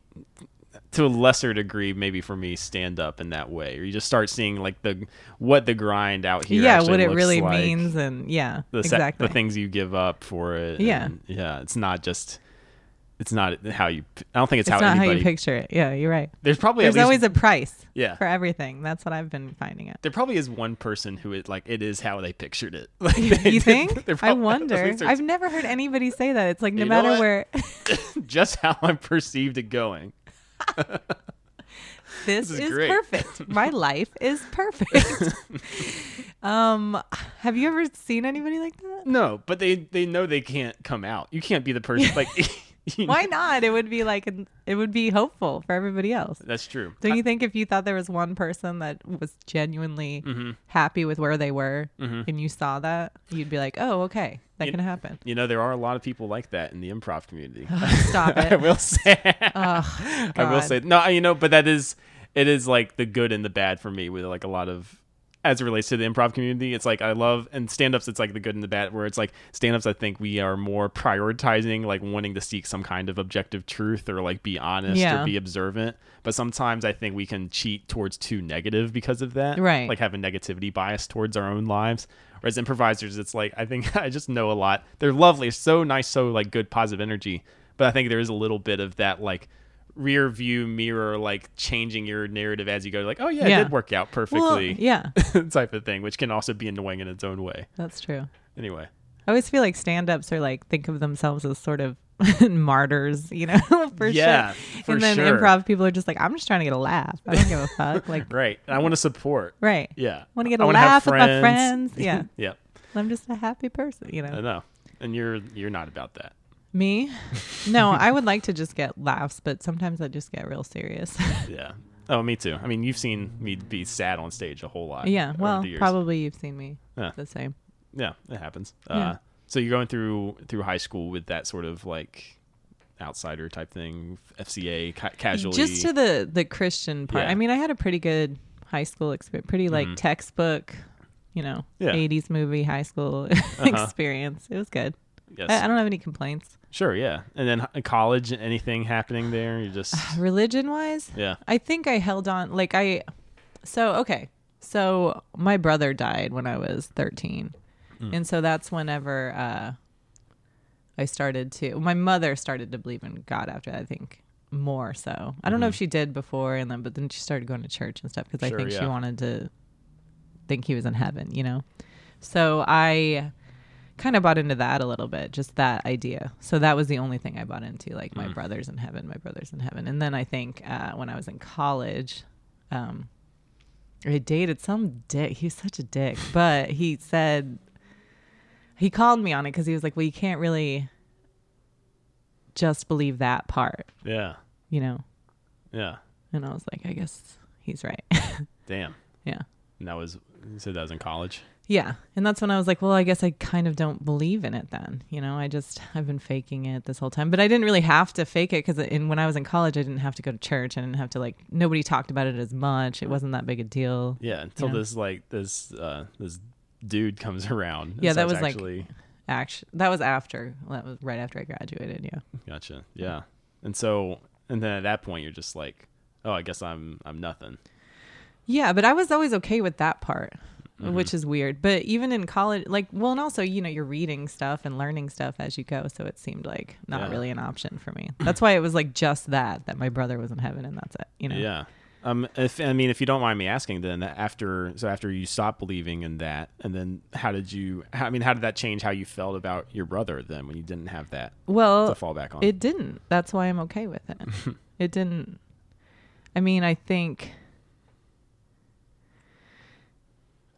A: to a lesser degree, maybe for me, stand up in that way, or you just start seeing like the what the grind out here.
D: yeah,
A: actually
D: what it
A: looks
D: really
A: like,
D: means, and yeah,
A: The sa-
D: exactly.
A: the things you give up for it.
D: Yeah.
A: and, yeah. It's not just. It's not how you. I don't think it's,
D: it's
A: how
D: not
A: anybody.
D: how you picture it. Yeah, you're right.
A: There's probably
D: There's
A: at least
D: always a price
A: Yeah.
D: for everything. That's what I've been finding out.
A: there probably is one person who it like it is how they pictured it. Like, they-
D: You think?
A: they're
D: I
A: probably- at
D: wonder.
A: least there's
D: I've never heard anybody say that. It's like no
A: You know
D: matter
A: what?
D: where
A: just how I'm perceived it going.
D: this,
A: is
D: is,
A: great.
D: perfect. My life is perfect. um, have you ever seen anybody like that?
A: No, but they they know they can't come out. You can't be the person like. you know-
D: Why not? It would be like an- it would be hopeful for everybody else.
A: That's true.
D: Don't you think if you thought there was one person that was genuinely
A: Mm-hmm.
D: happy with where they were and you saw that, you'd be like, "Oh, okay. That
A: You-
D: can happen."
A: You know there are a lot of people like that in the improv community.
D: Stop
A: I
D: it. Oh,
A: will say. I will
D: God.
A: say no. You know, but that is. it is like the good and the bad for me with like a lot of as it relates to the improv community it's like i love and stand-ups it's like the good and the bad where it's like stand-ups i think we are more prioritizing like wanting to seek some kind of objective truth or like be honest
D: Yeah.
A: or be observant but sometimes i think we can cheat towards too negative because of that
D: Right.
A: like have a negativity bias towards our own lives whereas improvisers it's like i think i just know a lot they're lovely so nice so like good positive energy but i think there is a little bit of that like rear view mirror like changing your narrative as you go like oh yeah,
D: Yeah.
A: it did work out
D: Well,
A: perfectly
D: yeah,
A: type of thing which can also be annoying in its own way
D: that's true.
A: anyway
D: I always feel like stand ups are like think of themselves as sort of martyrs, you know, for
A: Yeah,
D: sure.
A: for
D: and then
A: sure.
D: improv people are just like, I'm just trying to get a laugh. I don't give a fuck. Like,
A: right and i want to support
D: right.
A: yeah
D: Want to get
A: I
D: a
A: wanna have
D: laugh with my friends. Yeah.
A: yeah
D: I'm just a happy person, you
A: i
D: know.
A: know and you're you're not about that
D: Me? No, I would like to just get laughs, but sometimes I just get real serious.
A: yeah oh me too i mean you've seen me be sad on stage a whole lot
D: yeah.
A: over
D: Well,
A: the years.
D: probably you've seen me
A: Yeah.
D: the same.
A: yeah it happens
D: Yeah.
A: uh so you're going through through high school with that sort of like outsider type thing fca ca- casually
D: Just to the the Christian part.
A: Yeah. Mm-hmm.
D: I mean, I had a pretty good high school experience, pretty like textbook, you know,
A: Yeah. Uh-huh.
D: 80s movie high school experience. It was good.
A: yes
D: I, I don't have any complaints.
A: Sure, yeah. And then h- college, anything happening there? You just
D: Religion wise,
A: yeah.
D: I think I held on like I so okay. So my brother died when I was 13.
A: Mm.
D: And so that's whenever uh I started to my mother started to believe in God after that, I think more so. I don't know if she did before and then but then she started going to church and stuff because
A: Mm. Sure,
D: I think she
A: yeah.
D: wanted to think he was in heaven, you know. So I kind of bought into that a little bit, just that idea. So that was the only thing I bought into, like
A: Mm.
D: my brother's in heaven, my brother's in heaven. And then I think uh, when I was in college, um, I dated some dick. He was such a dick, but he said he called me on it because he was like, "Well, you can't really just believe that part,
A: Yeah.
D: you know."
A: Yeah.
D: And I was like, "I guess he's right."
A: Damn.
D: yeah.
A: And that was you said that was in college.
D: Yeah. And that's when I was like, well, I guess I kind of don't believe in it then. You know, I just, I've been faking it this whole time. But I didn't really have to fake it because when I was in college, I didn't have to go to church. I didn't have to, like, nobody talked about it as much. It wasn't that big a deal.
A: Yeah. Until
D: Yeah.
A: this like this uh this dude comes around. and
D: Yeah, that
A: starts
D: was, like-
A: actually
D: Actually, that was after, that was right after I graduated. Yeah.
A: gotcha. Yeah. And so and then at that point you're just like, Oh, I guess I'm I'm nothing.
D: Yeah, but I was always okay with that part,
A: Mm-hmm.
D: which is weird. But even in college, like, well, and also, you know, you're reading stuff and learning stuff as you go. So it seemed like not
A: Yeah.
D: really an option for me. That's why it was like just that, that my brother was in heaven and that's it, you know?
A: Yeah. Um if I mean if you don't mind me asking then uh, after so after you stopped believing in that and then how did you how, I mean how did that change how you felt about your brother then when you didn't have that
D: Well,
A: to fall back on?
D: It didn't. That's why I'm okay with it. it didn't. I mean, I think.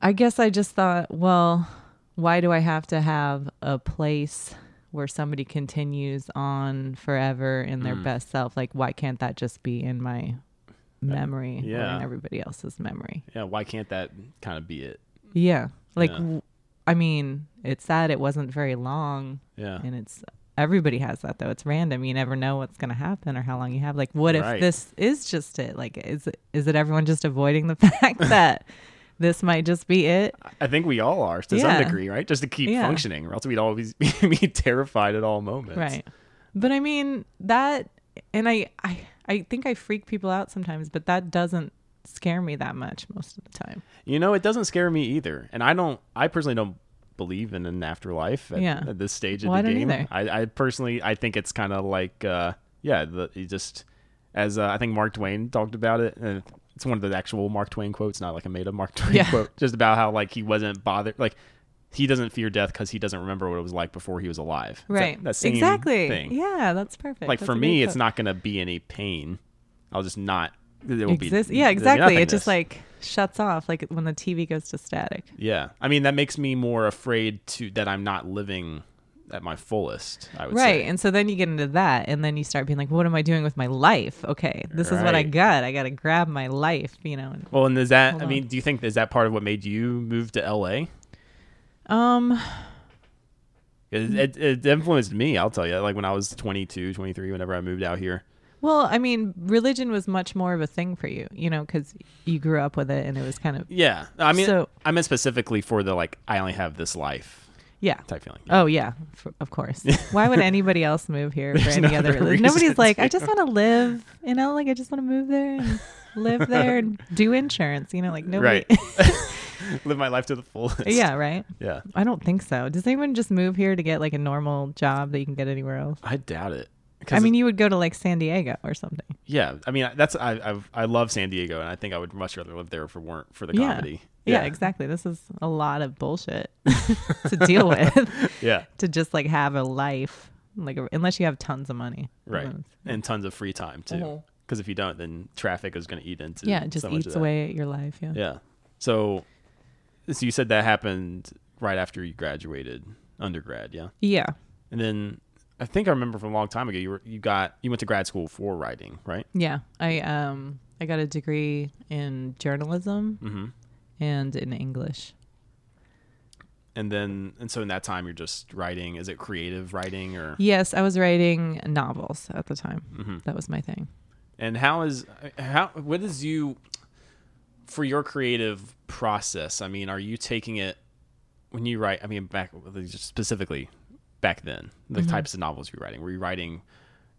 D: I guess I just thought, well, why do I have to have a place where somebody continues on forever in
A: Mm.
D: their best self? Like, why can't that just be in my memory or
A: yeah.
D: in everybody else's memory?
A: yeah, why can't that kind of be it?
D: Yeah. Like,
A: Yeah.
D: w I I mean, it's sad it wasn't very long.
A: Yeah.
D: and it's everybody has that though it's random you never know what's going to happen or how long you have like what if
A: Right.
D: this is just it like is it- is it everyone just avoiding the fact that this might just be it
A: I think we all are to
D: Yeah.
A: some degree, right? Just to keep
D: Yeah.
A: functioning, or else we'd always be, be terrified at all moments.
D: right but i mean that and I, I i think i freak people out sometimes but that doesn't scare me that much most of the time
A: You know, it doesn't scare me either. And I don't, I personally don't believe in an afterlife at,
D: Yeah.
A: at this stage of
D: Well, I
A: the
D: don't
A: game.
D: either.
A: I, I personally, I think it's kind of like, uh, yeah, the, you just, as uh, I think Mark Twain talked about it, and it's one of the actual Mark Twain quotes, not like a made up Mark Twain
D: Yeah.
A: quote, just about how like he wasn't bothered, like, he doesn't fear death because he doesn't remember what it was like before he was alive. It's that-
D: right
A: That, same
D: exactly
A: thing.
D: yeah that's perfect
A: like
D: That's
A: for
D: a
A: me
D: good
A: it's
D: quote.
A: not going to be any pain i'll just not it will
D: Exist-
A: be
D: yeah
A: there'll be
D: exactly it
A: nothingness.
D: just like shuts off like when the tv goes to static
A: yeah i mean that makes me more afraid to that i'm not living at my fullest i would
D: Right.
A: say
D: And so then you get into that and then you start being like, what am I doing with my life? Okay. This is what I
A: Right.
D: got. I got to grab my life, you know. and-
A: well and is that
D: Hold
A: i
D: on.
A: mean do you think is that part of what made you move to la it,
D: Um Mm-hmm.
A: it, it influenced me i'll tell you like when i was 22 23 whenever i moved out here
D: Well, I mean, religion was much more of a thing for you, you know, because you grew up with it and it was kind of,
A: Yeah, I mean,
D: So-
A: I meant specifically for the like, I only have this life
D: yeah.
A: type feeling.
D: Oh, yeah, f- of course. Why would anybody else move here for
A: There's no
D: any other
A: other
D: religion?
A: reason
D: Nobody's like,
A: to.
D: I just want to live, you know, like I just want to move there and live there and do insurance, you know, like nobody.
A: Right. Live my life to the fullest.
D: yeah, right.
A: yeah.
D: I don't think so. Does anyone just move here to get like a normal job that you can get anywhere else?
A: I doubt it. 'Cause
D: I mean,
A: it-
D: you would go to like San Diego or something.
A: yeah. I mean, that's I I've, I love San Diego, and I think I would much rather live there if it weren't for the
D: Yeah.
A: comedy.
D: yeah, exactly. This is a lot of bullshit to deal with.
A: Yeah.
D: to just like have a life like unless you have tons of money
A: Right.
D: Mm.
A: And tons of free time too. Because
D: Mhm.
A: if you don't, then traffic is going to eat into
D: yeah it just
A: so much of
D: eats
A: that.
D: away at your life yeah.
A: Yeah. So, so you said that happened right after you graduated undergrad, yeah.
D: yeah
A: And then I think I remember from a long time ago you were you got you went to grad school for writing, right?
D: yeah i um i got a degree in journalism
A: Mm-hmm.
D: and in english
A: And then and so in that time you're just writing. Is it creative writing or
D: yes i was writing novels at the time
A: Mm-hmm.
D: that was my thing
A: and how is how what is you for your creative process i mean are you taking it when you write i mean back just specifically back then the
D: Mm-hmm.
A: types of novels you were writing were you writing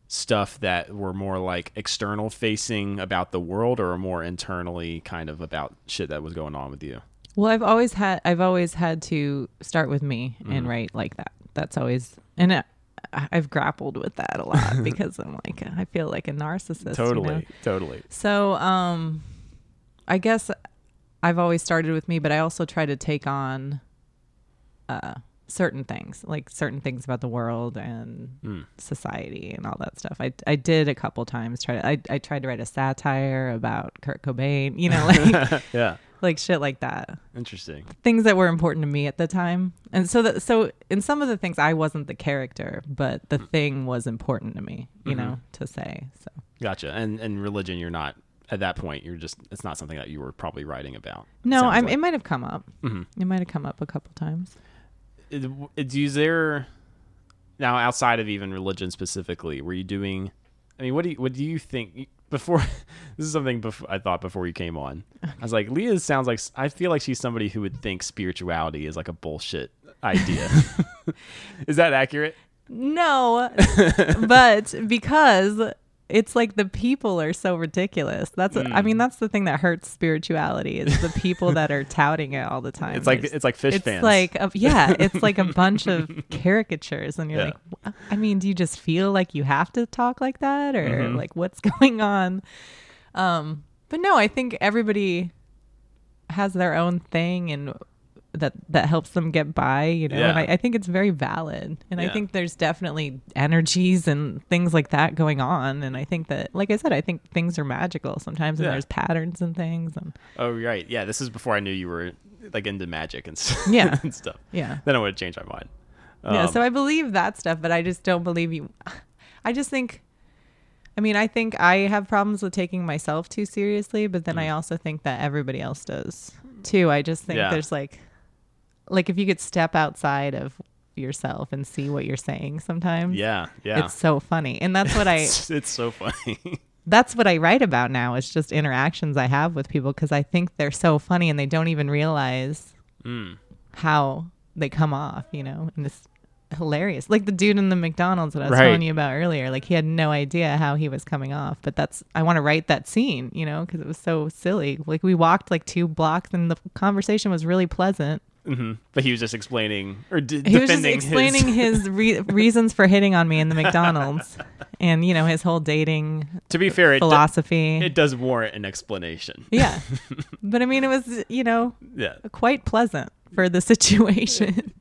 A: stuff that were more like external facing about the world or more internally kind of about shit that was going on with you
D: Well, I've always had I've always had to start with me and write like that. That's always and I, I've grappled with that a lot because I'm like I feel like a narcissist. you
A: totally
D: know?
A: totally
D: So, um, I guess I've always started with me, but I also try to take on uh, certain things, like certain things about the world and society and all that stuff. I, I did a couple times try to, I, I tried to write a satire about Kurt Cobain, you know, like
A: yeah
D: like shit like that
A: interesting
D: things that were important to me at the time. And so that so in some of the things I wasn't the character, but
A: Mm.
D: the thing was important to me, you
A: Mm-hmm.
D: know, to say. So
A: gotcha and and religion you're not at that point you're just it's not something that you were probably writing about
D: no,
A: Sounds
D: I'm,
A: like. Mm-hmm.
D: it might have come up. It might have come up a couple times.
A: it- it- is there now outside of even religion specifically were you doing i mean what do you what do you think before this is something before i thought before you came on i was like leah sounds like i feel like she's somebody who would think spirituality is like a bullshit idea is that accurate
D: No, but because it's like the people are so ridiculous. That's I
A: Mm.
D: mean that's the thing that hurts spirituality is the people that are touting it all the time.
A: it's like
D: There's-
A: it's like fish
D: it's
A: fans
D: like a, yeah it's like a bunch of caricatures and you're
A: Yeah.
D: like "Wha- i mean do you just feel like you have to talk like that or
A: Mm-hmm.
D: like what's going on um but no i think everybody has their own thing and that that helps them get by you know and
A: Yeah.
D: I, I think it's very valid and i
A: Yeah.
D: think there's definitely energies and things like that going on and i think that like i said i think things are magical sometimes
A: Yeah.
D: and there's patterns and things and
A: oh right yeah this is before i knew you were like into magic and, s-
D: Yeah.
A: and stuff
D: yeah
A: then i would have changed my mind
D: yeah,
A: Um,
D: so I believe that stuff, but I just don't believe you. I just think, I mean, I think I have problems with taking myself too seriously, but then I also think that everybody else does too. I just think
A: Mm. Yeah.
D: there's like, like if you could step outside of yourself and see what you're saying sometimes.
A: yeah yeah
D: It's so funny. And that's what I
A: it's, it's so funny
D: that's what I write about now. It's just interactions I have with people cuz I think they're so funny and they don't even realize
A: Hmm.
D: how they come off, you know. And it's hilarious. Like the dude in the McDonald's that I was
A: Right.
D: telling you about earlier, like he had no idea how he was coming off, but that's I want to write that scene, you know, cuz it was so silly. Like we walked like two blocks and the conversation was really pleasant.
A: but he was just explaining or d-
D: He was just
A: defending
D: explaining
A: his
D: his, re- reasons for hitting on me in the McDonald's and you know his whole dating
A: to be fair it, do-
D: philosophy.
A: it does warrant an explanation
D: Yeah. but I mean, it was, you know,
A: yeah
D: quite pleasant for the situation.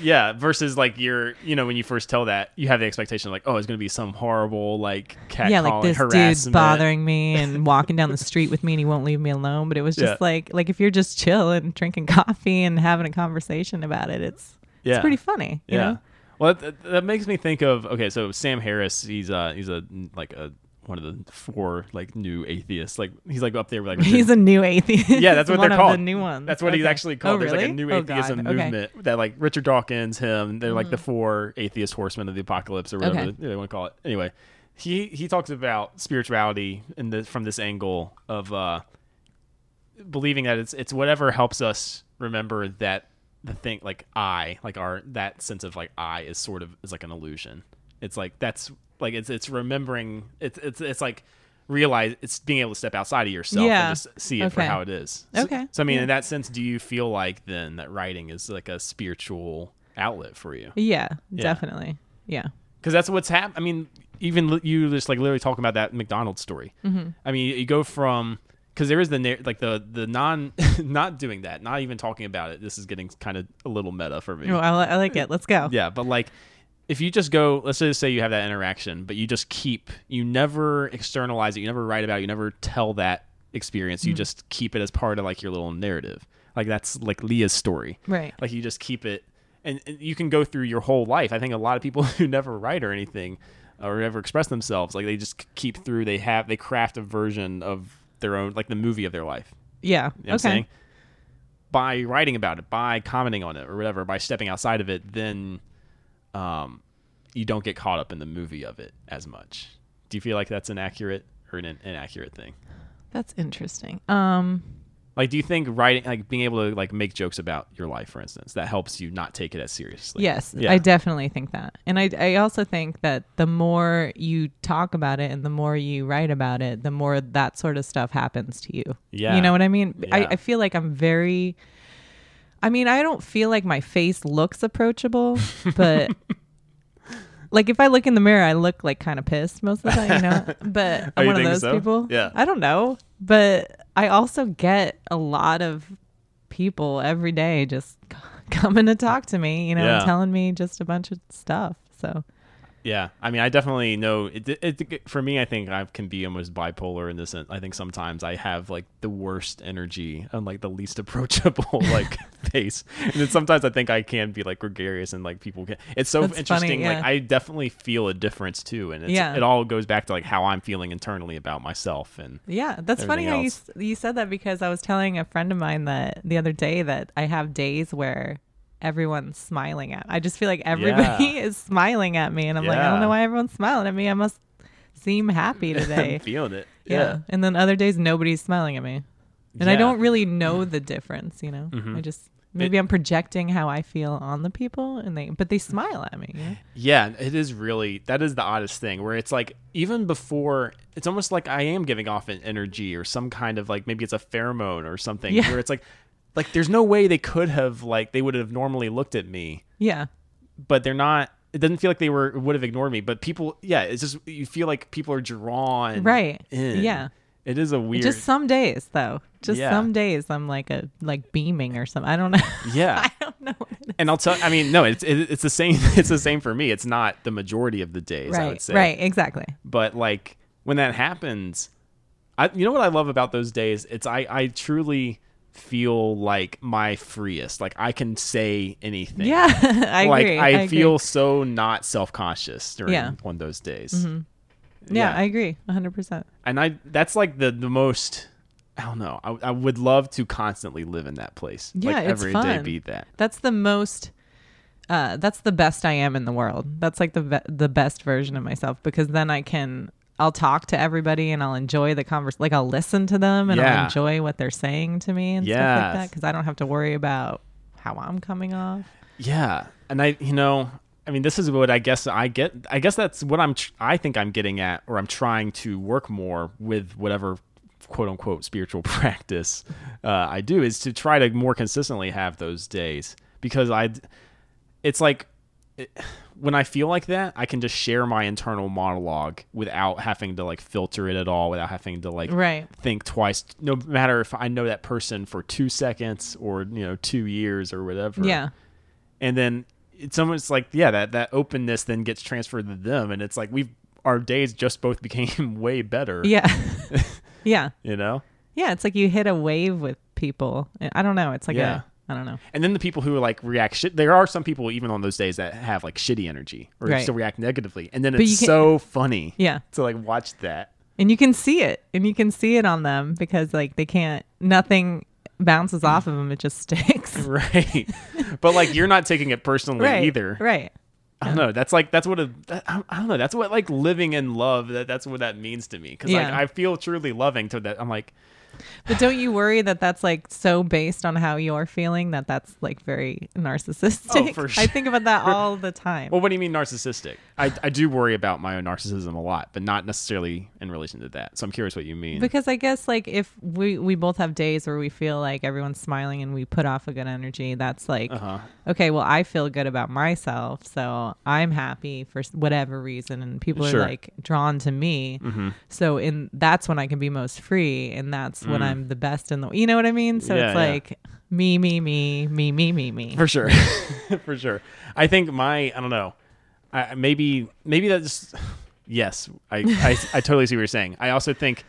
A: yeah versus like you're you know when you first tell that you have the expectation like oh it's gonna be some horrible like cat
D: yeah, like this dude's
A: harassment.
D: bothering me and walking down the street with me and he won't leave me alone. But it was just
A: Yeah.
D: like, like if you're just chill and drinking coffee and having a conversation about it, it's,
A: Yeah.
D: it's pretty funny. You
A: yeah
D: Know?
A: well that, that makes me think of okay so sam harris he's uh he's a like a one of the four like new atheists like he's like up there with like
D: He's a new atheist.
A: yeah, that's what
D: One
A: they're
D: of
A: called.
D: The new ones.
A: That's what he's
D: Okay.
A: actually called.
D: Oh,
A: There's like a
D: really?
A: new
D: Oh,
A: atheism
D: God. Okay. Hmm.
A: movement that like Richard Dawkins, him, they're like the four atheist horsemen of the apocalypse or whatever
D: Okay.
A: they want to call it. Anyway, he he talks about spirituality in the from this angle of uh, believing that it's it's whatever helps us remember that the thing like I like our that sense of like I is sort of is like an illusion. It's like that's like it's it's remembering it's it's it's like realize it's being able to step outside of yourself
D: Yeah.
A: and just see it for
D: Okay.
A: how it is. So-
D: Okay.
A: So, I mean, in that sense, do you feel like then that writing is like a spiritual outlet for you?
D: Yeah, definitely. Yeah.
A: because that's what's happened. I mean, even li- you just like literally talking about that McDonald's story. I mean, you go from because there is the nar- like the the non not doing that, not even talking about it. This is getting kind of a little meta for me.
D: Well, I, li- I like it. Let's go.
A: Yeah, but like if you just go, let's just say you have that interaction, but you just keep, you never externalize it, you never write about it, you never tell that experience, you just keep it as part of like your little narrative. Like that's like Leah's story.
D: Right.
A: Like you just keep it, and, and you can go through your whole life. I think a lot of people who never write or anything or never express themselves, like they just c- keep through, they have, they craft a version of their own, like the movie of their life. You know
D: Yeah. okay.
A: what I'm saying? By writing about it, by commenting on it or whatever, by stepping outside of it, then um, you don't get caught up in the movie of it as much. Do you feel like that's an accurate or an in- inaccurate thing?
D: That's interesting. Um,
A: Like, do you think writing, like being able to like make jokes about your life, for instance, that helps you not take it as seriously?
D: yes,
A: Yeah.
D: I definitely think that. And I, I also think that the more you talk about it and the more you write about it, the more that sort of stuff happens to you.
A: Yeah.
D: You know what I mean? I,
A: Yeah.
D: I feel like I'm very, I mean, I don't feel like my face looks approachable, but like if I look in the mirror, I look like kind of pissed most of the time, you know. But I'm
A: Oh, you
D: one of
A: think
D: those
A: so?
D: people.
A: Yeah.
D: I don't know, but I also get a lot of people every day just coming to talk to me, you know,
A: Yeah.
D: and telling me just a bunch of stuff. So
A: Yeah, I mean, I definitely know it, it, it- For me, I think I can be almost bipolar in this. sense. I think sometimes I have like the worst energy and like the least approachable like face, and then sometimes I think I can be like gregarious and like people can. It's so
D: That's funny,
A: interesting. Like
D: yeah.
A: I definitely feel a difference too, and it's,
D: Yeah.
A: it all goes back to like how I'm feeling internally about myself. And
D: Yeah, that's funny
A: Everything
D: how you,
A: else.
D: s- you said that because I was telling a friend of mine that the other day that I have days where everyone's smiling at. I just feel like everybody
A: Yeah.
D: is smiling at me, and I'm like, I
A: Yeah.
D: don't know why everyone's smiling at me. I must seem happy
A: I'm
D: today.
A: feeling it.
D: yeah. and then other days nobody's smiling at me, and
A: Yeah.
D: I
A: Mm-hmm.
D: don't really know the difference. You know, I just maybe I'm projecting how I feel on the people, and they but they smile at me. you know?
A: Yeah, it is really that is the oddest thing where it's like even before it's almost like I am giving off an energy or some kind of like maybe it's a pheromone or something
D: Yeah.
A: where it's like like there's no way they could have like they would have normally looked at me,
D: Yeah,
A: but they're not it doesn't feel like they were would have ignored me, but people yeah, it's just you feel like people are drawn
D: Right.
A: in.
D: Yeah.
A: It is a weird
D: just some days though. Just
A: Yeah.
D: some days I'm like a like beaming or something. I don't know.
A: Yeah.
D: I don't know. What it is.
A: and I'll tell I mean no, it's it, it's the same it's the same for me. It's not the majority of the days I would
D: Right,
A: say.
D: right, exactly.
A: but like when that happens i you know what i love about those days it's i i truly feel like my freest like i can say anything
D: Yeah, I
A: like
D: agree.
A: i,
D: agree.
A: feel so not self-conscious during
D: Yeah. Mm-hmm.
A: on those days
D: Yeah,
A: yeah.
D: I agree, 100. percent
A: and i that's like the the most i don't know i, I would love to constantly live in that place
D: Yeah,
A: like
D: it's
A: every day
D: fun.
A: be that
D: That's the most. Uh, that's the best I am in the world. That's like the ve- the best version of myself because then I can I'll talk to everybody and I'll enjoy the converse. Like I'll listen to them and
A: Yeah.
D: I'll enjoy what they're saying to me and stuff
A: Yes.
D: like that because I don't have to worry about how I'm coming off.
A: Yeah, and I, you know, I mean, this is what I guess I get. I guess that's what I'm. Tr- I think I'm getting at, or I'm trying to work more with whatever quote unquote spiritual practice uh, I do is to try to more consistently have those days because I, it's like. it- When I feel like that, I can just share my internal monologue without having to like filter it at all, without having to like
D: Right.
A: think twice. No matter if I know that person for two seconds or you know two years or whatever
D: Yeah.
A: and then it's almost like yeah that that openness then gets transferred to them and it's like we've our days just both became way better
D: Yeah. yeah.
A: you know
D: Yeah. It's like you hit a wave with people. I don't know. It's like
A: Yeah.
D: a, I don't know.
A: and then the people who like react shit there are some people even on those days that have like shitty energy or
D: Right.
A: still react negatively and then
D: But
A: it's
D: you can-
A: so funny
D: Yeah.
A: to like watch that
D: And you can see it and you can see it on them because like they can't, nothing bounces off of them. It just sticks.
A: right but like you're not taking it personally
D: right.
A: either
D: Right.
A: I don't know. That's like that's what a that- I I don't know. That's what like living in love. That that's what that means to me because like
D: Yeah.
A: I feel truly loving to that. I'm like
D: But don't you worry that that's like so based on how you're feeling that that's like very narcissistic?
A: Oh, for
D: I think about that all the time.
A: Well, what do you mean narcissistic? I, I do worry about my own narcissism a lot, but not necessarily in relation to that. So I'm curious what you mean.
D: because I guess like if we we both have days where we feel like everyone's smiling and we put off a good energy, that's like
A: Uh-huh.
D: okay, well I feel good about myself, so I'm happy for s- whatever reason, and people
A: Sure. Mm-hmm.
D: are like drawn to me. So in that's when I can be most free, and that's when I'm the best in the. You know what I mean? So
A: Mm. Yeah,
D: it's
A: yeah.
D: like me, me, me, me, me, me, me.
A: for sure, for sure. I think my I don't know. I, maybe maybe that's yes. I, I I totally see what you're saying. I also think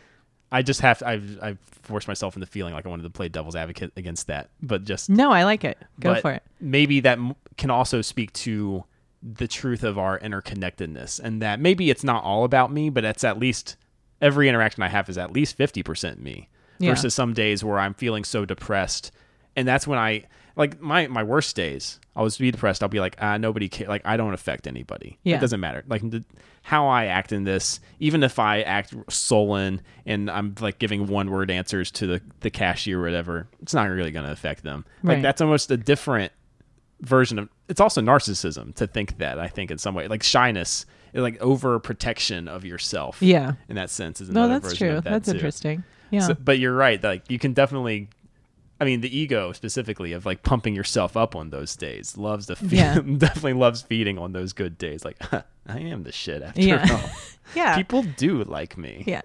A: I just have to, I've I've forced myself into feeling like I wanted to play devil's advocate against that, but just
D: No, I like it. Go
A: but
D: for it.
A: Maybe that m- can also speak to the truth of our interconnectedness, and that maybe it's not all about me, but it's at least every interaction I have is at least fifty percent me.
D: Yeah.
A: Versus some days where I'm feeling so depressed, and that's when I like my my worst days. I'll just be depressed. I'll be like, ah, nobody care. Like I don't affect anybody.
D: Yeah.
A: It doesn't matter. Like the, how I act in this, even if I act sullen and I'm like giving one word answers to the, the cashier or whatever, it's not really going to affect them. Like
D: Right.
A: that's almost a different version of it's also narcissism to think that I think in some way like shyness like overprotection of yourself
D: Yeah.
A: in that sense is
D: No,
A: another
D: that's
A: version
D: true.
A: of that
D: that's
A: too.
D: interesting. Yeah.
A: So- but you're right like you can definitely I mean the ego specifically of like pumping yourself up on those days loves to feed
D: Yeah.
A: definitely loves feeding on those good days like I am the shit after
D: Yeah.
A: all
D: yeah.
A: people do like me
D: yeah.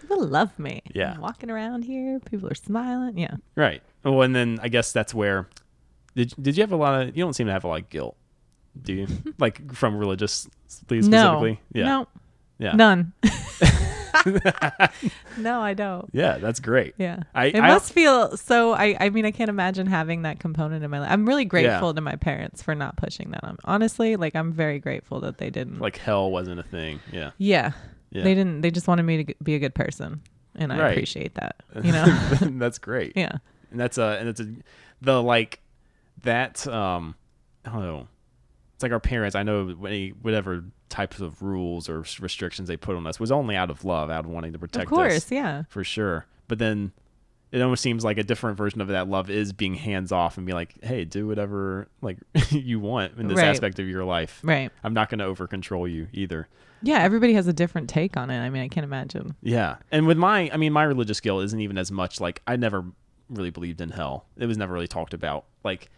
D: People love me.
A: Yeah.
D: I'm walking around here, people are smiling. Yeah.
A: right well and then I guess that's where did, did you have a lot of you don't seem to have a lot of guilt do you like from religious specifically
D: No.
A: yeah
D: No.
A: Yeah.
D: None. no, I don't.
A: Yeah, that's great.
D: Yeah.
A: I,
D: it
A: I
D: must feel so I I mean I can't imagine having that component in my life. I'm really grateful to my parents for not pushing that on. Honestly, like I'm very grateful that they didn't.
A: like hell wasn't a thing. Yeah.
D: yeah.
A: Yeah.
D: They didn't they just wanted me to g- be a good person and I
A: Right.
D: appreciate that. You know.
A: that's great.
D: yeah.
A: And that's uh and that's a the like that um I don't know. It's like our parents, I know any whatever types of rules or s- restrictions they put on us was only out of love, out of wanting to protect
D: Of course,
A: us.
D: yeah.
A: For sure. But then it almost seems like a different version of that love is being hands off and be like, "Hey, do whatever like you want in this
D: Right.
A: aspect of your life.
D: Right.
A: I'm not going to over control you either."
D: Yeah, everybody has a different take on it. I mean, I can't imagine.
A: Yeah. And with my, I mean, my religious guilt isn't even as much like I never really believed in hell. It was never really talked about. Like,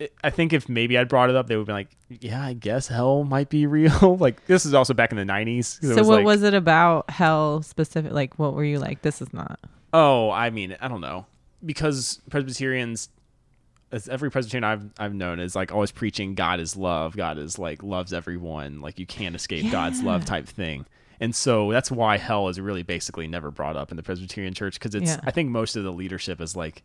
A: it, I think if maybe I'd brought it up, they would be like, yeah, I guess hell might be real. like, this is also back in the 90s.
D: So, what was it about hell specific? Like, what were you like? This is not.
A: Oh, I mean, I don't know. Because Presbyterians, as every Presbyterian I've, I've known is like always preaching God is love. God is like loves everyone. Like, you can't escape God's love type thing. And so that's why hell is really basically never brought up in the Presbyterian church because it's,
D: Yeah.
A: I think most of the leadership is like,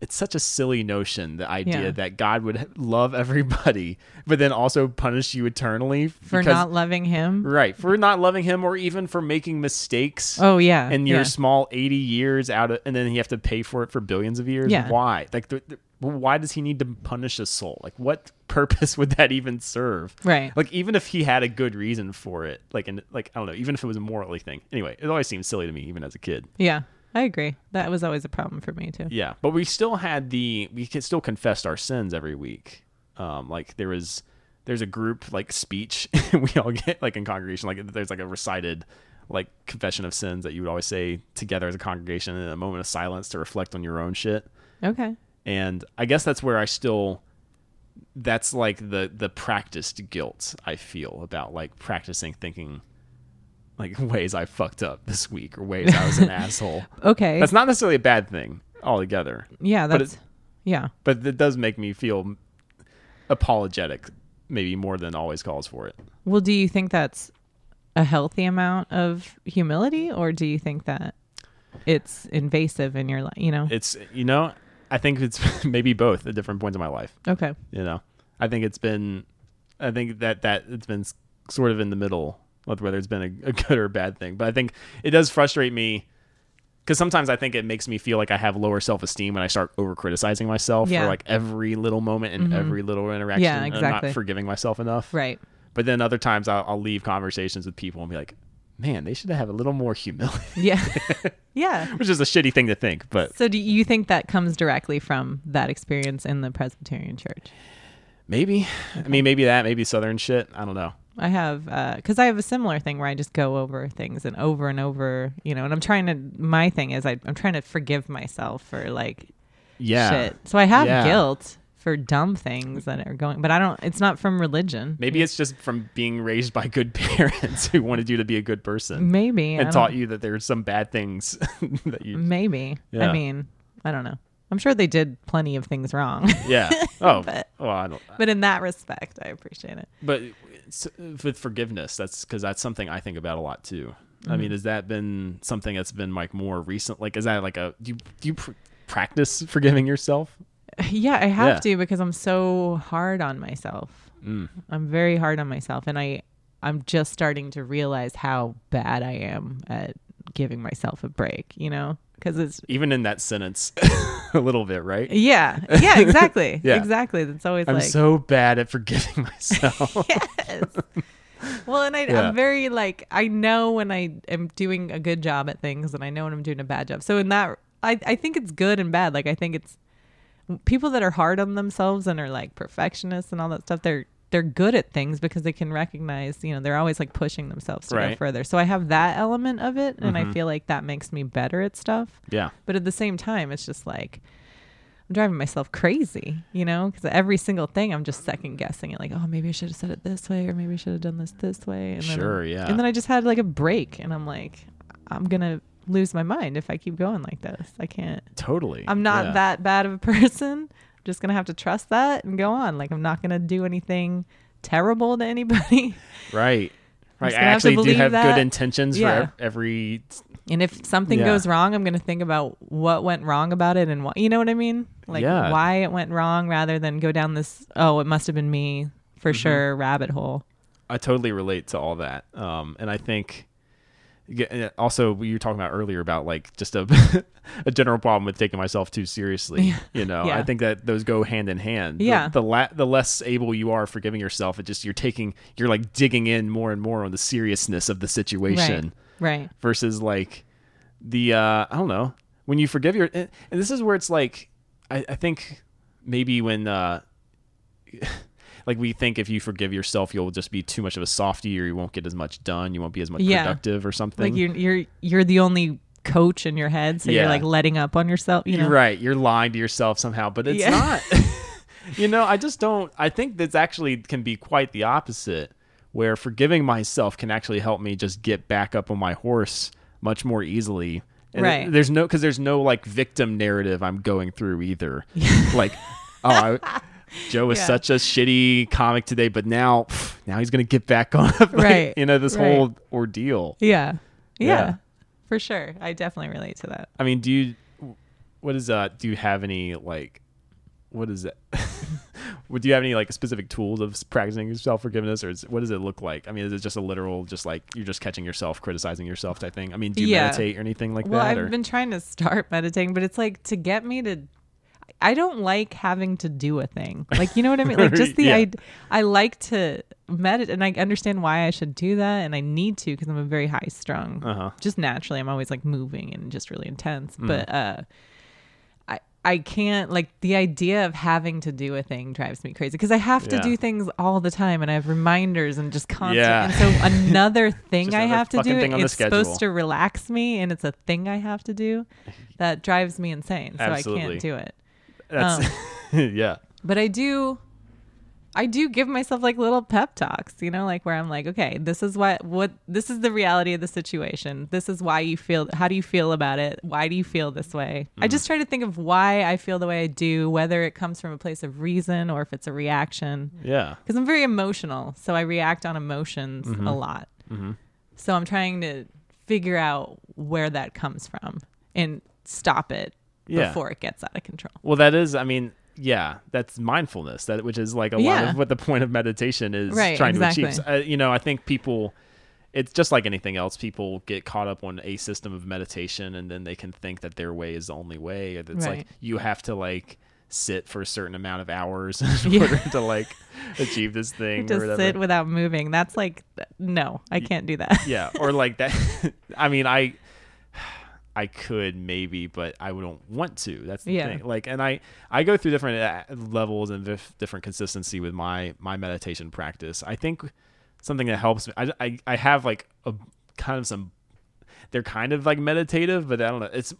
A: it's such a silly notion the idea
D: Yeah.
A: that God would love everybody, but then also punish you eternally
D: For not loving him?
A: right for not loving Him or even for making mistakes.
D: Oh, yeah.
A: and your
D: yeah.
A: small eighty years out of, and then you have to pay for it for billions of years.
D: Yeah.
A: Why? Like, the, the- why does He need to punish a soul? Like, what purpose would that even serve?
D: Right.
A: Like, even if He had a good reason for it, like, and like I don't know, even if it was a morally thing. Anyway, it always seemed silly to me, even as a kid.
D: Yeah, I agree. That was always a problem for me, too.
A: Yeah, but we still had the we could still confessed our sins every week. Um, like there was there's a group like speech we all get like in congregation like there's like a recited like confession of sins that you would always say together as a congregation in a moment of silence to reflect on your own shit.
D: Okay.
A: And I guess that's where I still that's like the the practiced guilt I feel about like practicing thinking like ways I fucked up this week or ways I was an asshole.
D: Okay.
A: That's not necessarily a bad thing altogether
D: yeah,
A: but
D: that's. yeah.
A: but it does make me feel apologetic maybe more than always calls for it
D: Well, do you think that's a healthy amount of humility, or do you think that it's invasive in your life? You know?
A: it's you know i think it's maybe both at different points in my life
D: okay.
A: you know i think it's been i think that that it's been s- sort of in the middle with whether it's been a, a good or a bad thing but i think it does frustrate me because sometimes I think it makes me feel like I have lower self esteem when I start over criticizing myself
D: Yeah. Mm-hmm.
A: for like every little moment and every little interaction.
D: Yeah,
A: and I'm
D: exactly.
A: not forgiving myself enough.
D: Right.
A: But then other times I'll, I'll leave conversations with people and be like, man, they should have a little more humility,
D: Yeah. yeah.
A: which is a shitty thing to think. But
D: So do you think that comes directly from that experience in the Presbyterian Church?
A: maybe, I mean, maybe that, maybe Southern shit. I don't know.
D: I have, because I have a similar thing where I just go over things and over and over, you know, and I'm trying to, my thing is I, I'm trying to forgive myself for like
A: Yeah.
D: shit. So I have
A: Yeah.
D: guilt for dumb things that are going, but I don't, it's not from religion.
A: Maybe it's just from being raised by good parents who wanted you to be a good person
D: Maybe.
A: and
D: I don't-
A: taught you that there's some bad things that you.
D: Maybe.
A: Yeah.
D: I mean, I don't know. I'm sure they did plenty of things wrong.
A: Yeah. Oh.
D: But-
A: well, I don't.
D: but in that respect, I appreciate it.
A: But it's- uh, with forgiveness, that's because that's something I think about a lot too. I
D: Mm-hmm.
A: mean, has that been something that's been like more recent? Like, is that like a do you do you pr- practice forgiving yourself?
D: Yeah, I have
A: Yeah. Mm.
D: to because I'm so hard on myself. I'm very hard on myself, and I I'm just starting to realize how bad I am at giving myself a break. You know, because it's
A: Even in that sentence, a little bit, right?
D: yeah, yeah, exactly,
A: Yeah.
D: exactly. That's always
A: I'm
D: like
A: so bad at forgiving myself.
D: well, and I,
A: Yeah.
D: I'm very like I know when I am doing a good job at things, and I know when I'm doing a bad job. So in that, I I think it's good and bad. Like I think it's people that are hard on themselves and are like perfectionists and all that stuff. They're they're good at things because they can recognize, you know, they're always like pushing themselves to go
A: Right. Mm-hmm.
D: further. So I have that element of it, and I feel like that makes me better at stuff.
A: yeah.
D: But at the same time, it's just like I'm driving myself crazy, you know, because every single thing I'm just second guessing it. Like, oh, maybe I should have said it this way, or maybe I should have done this this way. And then
A: Sure, yeah.
D: And then I just had like a break, and I'm like, I'm gonna lose my mind if I keep going like this. I can't.
A: Totally.
D: I'm not
A: Yeah.
D: that bad of a person. I'm just gonna have to trust that and go on. Like, I'm not gonna do anything terrible to anybody.
A: Right. Right. I
D: gonna have to
A: actually do
D: believe
A: have
D: that.
A: good intentions
D: Yeah.
A: for ev- every.
D: And if something
A: Yeah.
D: goes wrong, I'm going to think about what went wrong about it and why. You know what I mean? Like
A: Yeah.
D: why it went wrong rather than go down this, oh, it must have been me for
A: Mm-hmm.
D: sure rabbit hole.
A: I totally relate to all that. Um, and I think yeah, and also what you were talking about earlier about like just a a general problem with taking myself too seriously. You know,
D: Yeah.
A: I think that those go hand in hand. The-
D: Yeah.
A: The, la- the less able you are forgiving yourself, it just you're taking you're like digging in more and more on the seriousness of the situation.
D: Right.
A: versus like the uh I don't know when you forgive your and and this is where it's like I, I think maybe when uh like we think if you forgive yourself you'll just be too much of a softie or you won't get as much done you won't be as much
D: Yeah.
A: productive or something
D: Like you're, you're, you're the only coach in your head. So
A: Yeah.
D: you're like letting up on yourself. You know?
A: You're right. You're lying to yourself somehow, but it's
D: Yeah.
A: not. you know, I just don't. I think that's actually can be quite the opposite, where forgiving myself can actually help me just get back up on my horse much more easily. And
D: Right.
A: There's no because there's no like victim narrative I'm going through either. like, oh. I, Joe is
D: Yeah.
A: such a shitty comic today, but now, pff, now he's gonna get back on. Like,
D: Right.
A: You know this
D: Right.
A: whole ordeal.
D: Yeah. yeah.
A: Yeah.
D: For sure. I definitely relate to that.
A: I mean, do you what is uh do you have any like what is it? Would you have any like specific tools of practicing self forgiveness, or is, what does it look like? I mean, is it just a literal, just like you're just catching yourself criticizing yourself type thing? I mean, do you
D: Yeah.
A: meditate or anything like
D: Well,
A: that?
D: I've
A: or-
D: been trying to start meditating, but it's like to get me to. I don't like having to do a thing. Like you know what I mean? Like just the
A: Yeah.
D: I, I like to meditate, and I understand why I should do that, and I need to because I'm a very high strung.
A: Uh-huh. Mm.
D: Just naturally, I'm always like moving and just really intense. But uh, I I can't like the idea of having to do a thing drives me crazy because I have to
A: Yeah.
D: do things all the time, and I have reminders and just constant.
A: Yeah.
D: And so another thing I
A: another
D: have to do
A: fucking thing on the
D: it's supposed
A: schedule.
D: to to relax me and it's a thing I have to do that drives me insane. So I
A: Absolutely.
D: can't do it.
A: That's,
D: um,
A: yeah,
D: But I do I do give myself like little pep talks, you know, like where I'm like, okay, this is what what this is the reality of the situation. This is why you feel how do you feel about it? Why do you feel this way? I just try to think of why I feel the way I do, whether it comes from a place of reason or if it's a reaction
A: yeah,
D: because I'm very emotional, so I react on emotions
A: Mm-hmm.
D: a lot. So I'm trying to figure out where that comes from and stop it
A: Yeah.
D: before it gets out of control.
A: Well, that is, I mean, yeah, that's mindfulness, that which is like a lot
D: Yeah.
A: of what the point of meditation is
D: Right,
A: trying
D: exactly.
A: to achieve. So, uh, you know, I think people, it's just like anything else. People get caught up on a system of meditation, and then they can think that their way is the only way. It's like
D: Right.
A: you have to like sit for a certain amount of hours in
D: Yeah.
A: order to like achieve this thing or
D: Just
A: whatever.
D: sit without moving. That's like no, I can't do that.
A: yeah or like that i mean i i could maybe but i wouldn't want to that's the
D: Yeah.
A: thing like and i i go through different uh, levels and dif- different consistency with my my meditation practice i think something that helps me i i, I have like a kind of some they're kind of like meditative but i don't know it's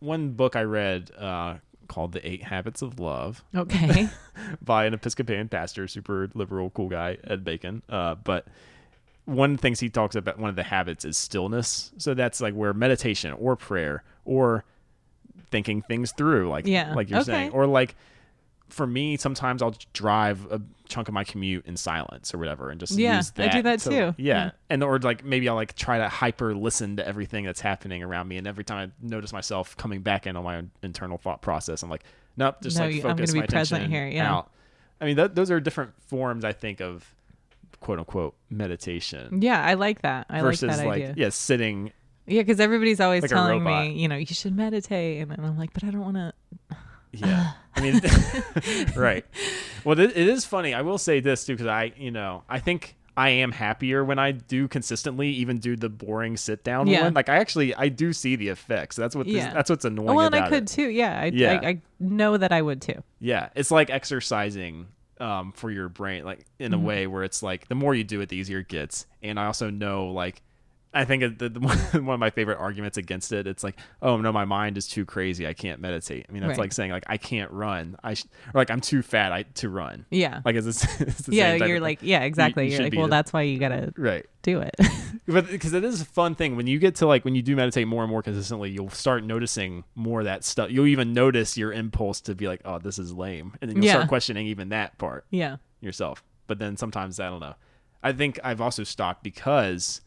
A: one book i read uh called the eight habits of love
D: Okay.
A: by an Episcopalian pastor, super liberal, cool guy, Ed Bacon. Uh, but one of the things he talks about, one of the habits is stillness. So that's like where meditation or prayer or thinking things through, like
D: Yeah.
A: like you're
D: Okay.
A: saying, or like for me, sometimes I'll drive a chunk of my commute in silence or whatever, and just
D: Yeah,
A: use
D: I
A: that.
D: do that
A: to-
D: too.
A: Yeah.
D: Yeah.
A: and or like maybe I'll like try to hyper listen to everything that's happening around me, and every time I notice myself coming back in on my own internal thought process, I'm like, nope, just
D: No,
A: like
D: you- I'm
A: focus
D: gonna be
A: my
D: present
A: attention
D: here, yeah.
A: out. I mean, that, those are different forms, I think, of quote unquote meditation
D: yeah, I like that. Mm, I
A: versus
D: like that
A: like
D: idea.
A: yeah, sitting.
D: Yeah, because everybody's always
A: Like a
D: telling
A: robot.
D: me, you know, you should meditate, and, and I'm like, but I don't want to.
A: Yeah, I mean, right. Well, it, it is funny. I will say this too, because I, you know, I think I am happier when I do consistently, even do the boring sit down
D: Yeah.
A: one. Like I actually, I do see the effects. That's what
D: Yeah.
A: that's what's annoying.
D: Well, and I
A: about
D: could
A: it.
D: too. Yeah, I,
A: Yeah.
D: I, I know that I would too.
A: Yeah, it's like exercising um, for your brain, like in
D: Mm-hmm.
A: a way where it's like the more you do it, the easier it gets. And I also know, like, I think it- the, the, one of my favorite arguments against it, it's like, oh no, my mind is too crazy, I can't meditate. I mean, that's
D: Right.
A: like saying like I can't run, I sh- or like I'm too fat, I to run.
D: Yeah.
A: Like, is this? It's the
D: yeah,
A: same type of
D: you're
A: thing.
D: like, yeah, exactly.
A: you
D: You,
A: should
D: are like,
A: be
D: well,
A: the-
D: that's why you gotta
A: right
D: do it.
A: but because it is a fun thing when you get to like when you do meditate more and more consistently you'll start noticing more of that stuff you'll even notice your impulse to be like oh this is lame and then you'll
D: Yeah.
A: start questioning even that part
D: yeah.
A: yourself but then sometimes i don't know i think i've also stopped because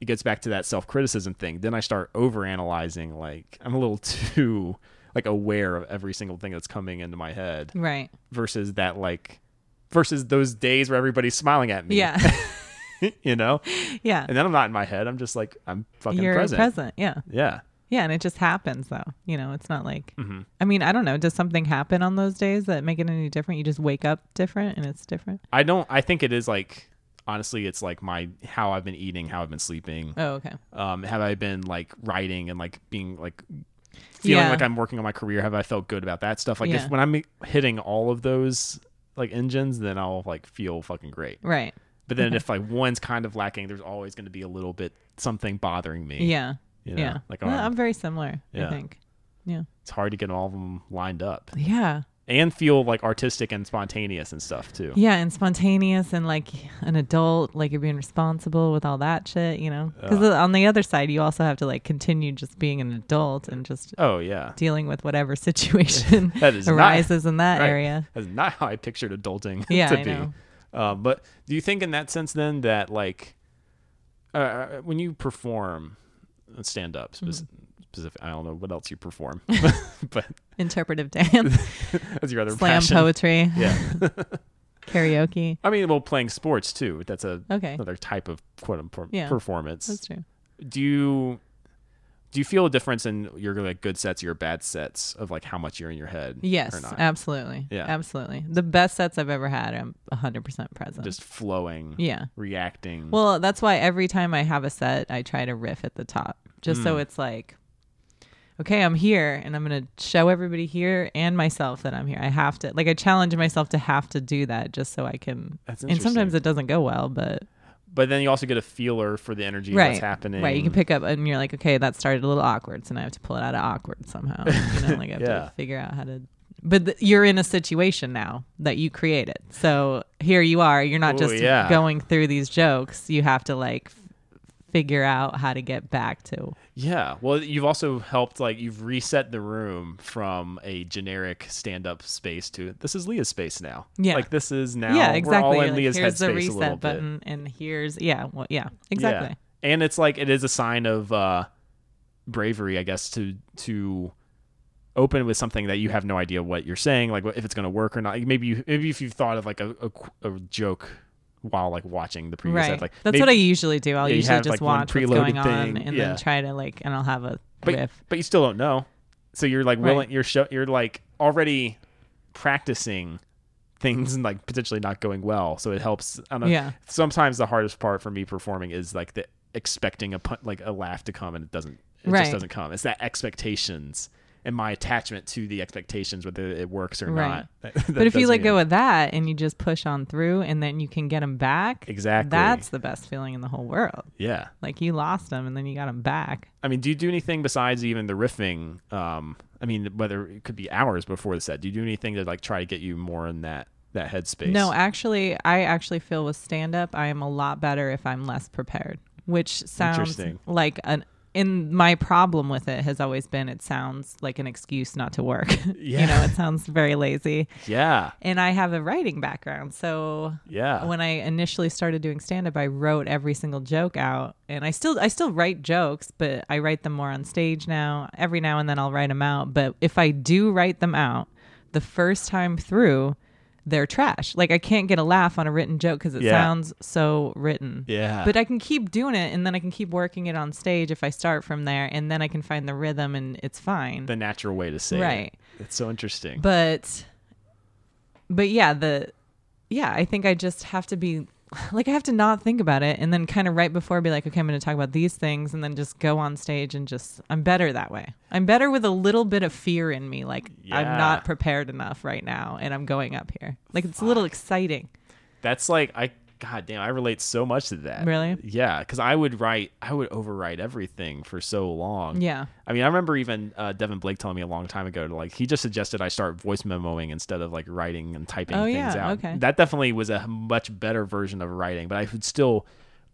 A: it gets back to that self-criticism thing then i start overanalyzing like i'm a little too like aware of every single thing that's coming into my head
D: Right.
A: versus that like versus those days where everybody's smiling at me
D: Yeah.
A: you know
D: yeah.
A: and then I'm not in my head. I'm just like I'm fucking
D: You're
A: present.
D: present. Yeah.
A: Yeah.
D: Yeah, and it just happens though. You know, it's not like
A: Mm-hmm.
D: I mean, I don't know. Does something happen on those days that make it any different? You just wake up different, and it's different.
A: I don't. I think it is like honestly, it's like my how I've been eating, how I've been sleeping.
D: Oh, okay.
A: Um, have I been like writing and like being like feeling
D: Yeah.
A: like I'm working on my career? Have I felt good about that stuff? Like
D: Yeah.
A: if when I'm hitting all of those like engines, then I'll like feel fucking great.
D: Right.
A: But then if like one's kind of lacking, there's always going to be a little bit something bothering me.
D: Yeah.
A: You know,
D: yeah.
A: like,
D: Well,
A: I'm-
D: I'm very similar.
A: Yeah.
D: I think. Yeah.
A: It's hard to get all of them lined up
D: Yeah.
A: and feel like artistic and spontaneous and stuff too.
D: Yeah, and spontaneous and like an adult, like you're being responsible with all that shit, you know? Because on the other side, you also have to like continue just being an adult and just
A: Oh yeah.
D: dealing with whatever situation
A: That is not-
D: arises in that
A: Right.
D: area.
A: That's not how I pictured adulting
D: Yeah,
A: to
D: I
A: be.
D: know.
A: Uh, but do you think, in that sense, then that like uh, when you perform stand up, spe-
D: Mm-hmm.
A: specific, I don't know what else you perform, but
D: Interpretive dance,
A: that's your other
D: slam
A: passion.
D: poetry,
A: Yeah,
D: karaoke.
A: I mean, well, playing sports too. That's a
D: Okay.
A: another type of quote unquote
D: Yeah,
A: performance.
D: That's true.
A: do you do you feel a difference in your like good sets, your bad sets, of like how much you're in your head?
D: Yes,
A: or not?
D: absolutely.
A: Yeah.
D: Absolutely. The best sets I've ever had, I'm 100% present.
A: just Mm. flowing,
D: yeah.
A: reacting.
D: Well, that's why every time I have a set, I try to riff at the top, just
A: Mm.
D: so it's like, okay, I'm here, and I'm gonna show everybody here and myself that I'm here. I have to, like, I challenge myself to have to do that, just so I can.
A: That's
D: and sometimes
A: interesting.
D: it doesn't go well, but
A: but then you also get a feeler for the energy that's happening.
D: right, you can pick up, and you're like, okay, that started a little awkward, so now I have to pull it out of awkward somehow. You know, like I have
A: Yeah.
D: to figure out how to. But th- you're in a situation now that you created, so here you are. You're not
A: Ooh,
D: just
A: yeah.
D: going through these jokes. You have to like f- figure out how to get back to.
A: Yeah. Well, you've also helped like you've reset the room from a generic stand-up space to this is Leah's space now.
D: Yeah.
A: Like this is now
D: yeah, exactly.
A: we're all
D: You're
A: in
D: like,
A: Leah's
D: here's the
A: headspace a little
D: reset
A: bit.
D: button, and here's yeah, well, yeah, exactly.
A: Yeah. And it's like it is a sign of uh bravery, I guess, to to open with something that you have no idea what you're saying, like what- if it's going to work or not. Like, Maybe you maybe if you've thought of like a, a qu- a joke while like watching the previous.
D: Right.
A: ep- Like
D: That's
A: maybe-
D: what I usually do. I'll
A: you
D: usually
A: have,
D: just
A: like, one
D: watch what's going
A: preloaded
D: on
A: thing.
D: and
A: Yeah.
D: then try to like, and I'll have a
A: but,
D: riff.
A: but you still don't know. So you're like
D: Right.
A: willing. You're show, you're like already practicing things and like potentially not going well. So it helps. I don't know.
D: Yeah.
A: Sometimes the hardest part for me performing is like the expecting a pun- like a laugh to come and it doesn't. It
D: Right.
A: just doesn't come. It's that expectations and my attachment to the expectations whether it works or
D: Right.
A: not. That- that
D: But if you
A: does
D: let
A: me
D: go
A: in.
D: of that and you just push on through and then you can get them back,
A: Exactly.
D: that's the best feeling in the whole world.
A: yeah.
D: Like you lost them and then you got them back.
A: I mean, do you do anything besides even the riffing? Um, I mean, whether it could be hours before the set. Do you do anything to like try to get you more in that that headspace?
D: No, actually, I actually feel with stand up, I am a lot better if I'm less prepared, which sounds
A: Interesting.
D: like an. In my problem with it has always been it sounds like an excuse not to work. you know,
A: Yeah.
D: it sounds very lazy.
A: yeah,
D: And I have a writing background, so
A: yeah.
D: when I initially started doing stand up, I wrote every single joke out and I still I still write jokes, but I write them more on stage now. Every now and then I'll write them out, but if I do write them out, the first time through, they're trash. Like I can't get a laugh on a written joke cuz it
A: Yeah.
D: sounds so written.
A: yeah,
D: But I can keep doing it and then I can keep working it on stage if I start from there and then I can find the rhythm and it's fine.
A: the natural way to say it.
D: Right.
A: It's so interesting.
D: but but yeah the yeah i think i just have to be like i have to not think about it and then kind of right before be like okay i'm going to talk about these things and then just go on stage and just i'm better that way i'm better with a little bit of fear in me like
A: Yeah.
D: i'm not prepared enough right now and i'm going up here like it's a little exciting
A: That's like I. God damn, I relate so much to that.
D: Really?
A: Yeah, because I would write, I would overwrite everything for so long.
D: yeah
A: I mean, I remember even uh, Devin Blake telling me a long time ago to like he just suggested I start voice memoing instead of like writing and typing
D: Oh,
A: things
D: yeah,
A: out.
D: okay.
A: That definitely was a much better version of writing, but I would still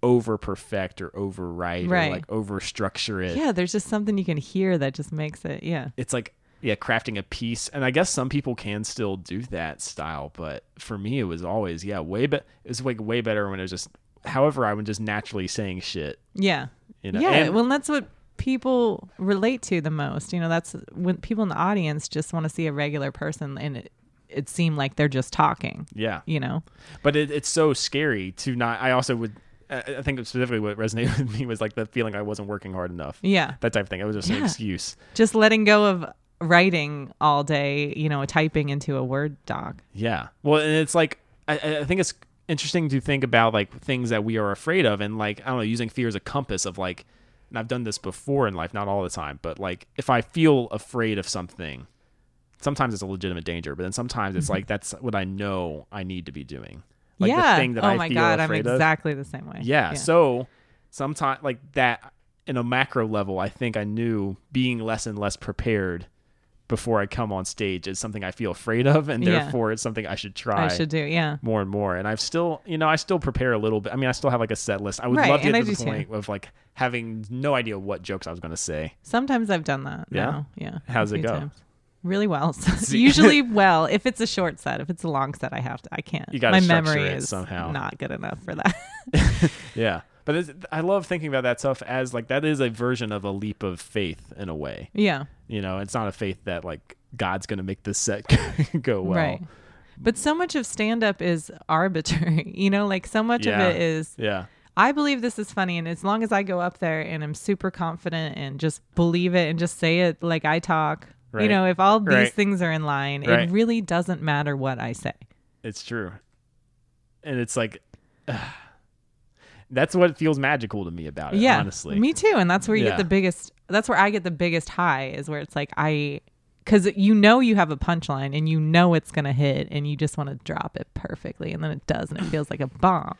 A: over perfect or overwrite or
D: Right.
A: like over structure it.
D: yeah there's just something you can hear that just makes it yeah
A: It's like yeah, crafting a piece, and I guess some people can still do that style, but for me, it was always yeah, way but it was like way better when it was just however I was just naturally saying shit.
D: Yeah.
A: You know,
D: Yeah.
A: and-
D: well, and that's what people relate to the most. You know, that's when people in the audience just want to see a regular person and it, it seemed like they're just talking,
A: Yeah,
D: you know?
A: but it, it's so scary to not i also would i I think specifically what resonated with me was like the feeling i wasn't working hard enough
D: Yeah.
A: that type of thing it was just an
D: Yeah.
A: excuse
D: Just letting go of writing all day, you know, typing into a Word doc.
A: yeah well and it's like i, I- I think it's interesting to think about like things that we are afraid of and like i don't know using fear as a compass of like and i've done this before in life not all the time but like if i feel afraid of something sometimes it's a legitimate danger but then sometimes
D: Mm-hmm.
A: it's like that's what i know i need to be doing like
D: yeah.
A: the thing that
D: oh
A: i
D: my
A: feel
D: God. I'm
A: afraid of
D: exactly the same way.
A: Yeah. So sometimes like that in a macro level, I think I knew being less and less prepared before I come on stage is something I feel afraid of, and
D: Yeah.
A: therefore it's something I should try.
D: I should do. Yeah.
A: more and more and i've still you know i still prepare a little bit i mean i still have like a set list i would
D: Right,
A: love to
D: and
A: get
D: I
A: to the
D: do too.
A: point of like having no idea what jokes i was going to say
D: Sometimes I've done that.
A: Yeah?
D: now. Yeah. a
A: How's it
D: few
A: go?
D: Really well. Usually well. If it's a short set, if it's a long set, I have to. I can't.
A: You gotta
D: My
A: structure
D: memory
A: it
D: is
A: somehow.
D: not good enough for that.
A: yeah but it's, i love thinking about that stuff as like that is a version of a leap of faith in a way
D: yeah.
A: you know it's not a faith that like god's going to make this set go well
D: Right. But so much of stand up is arbitrary, you know, like so much
A: Yeah.
D: of it is
A: yeah
D: I believe this is funny and as long as I go up there and I'm super confident and just believe it and just say it like I talk,
A: Right.
D: you know, if all these
A: Right.
D: things are in line,
A: Right.
D: it really doesn't matter what I say.
A: It's true. And it's like that's what feels magical to me about it,
D: yeah.
A: honestly.
D: Me too, and that's where you
A: Yeah.
D: get the biggest that's where I get the biggest high is where it's like I cuz you know you have a punchline and you know it's going to hit and you just want to drop it perfectly and then it does and it feels like a bomb.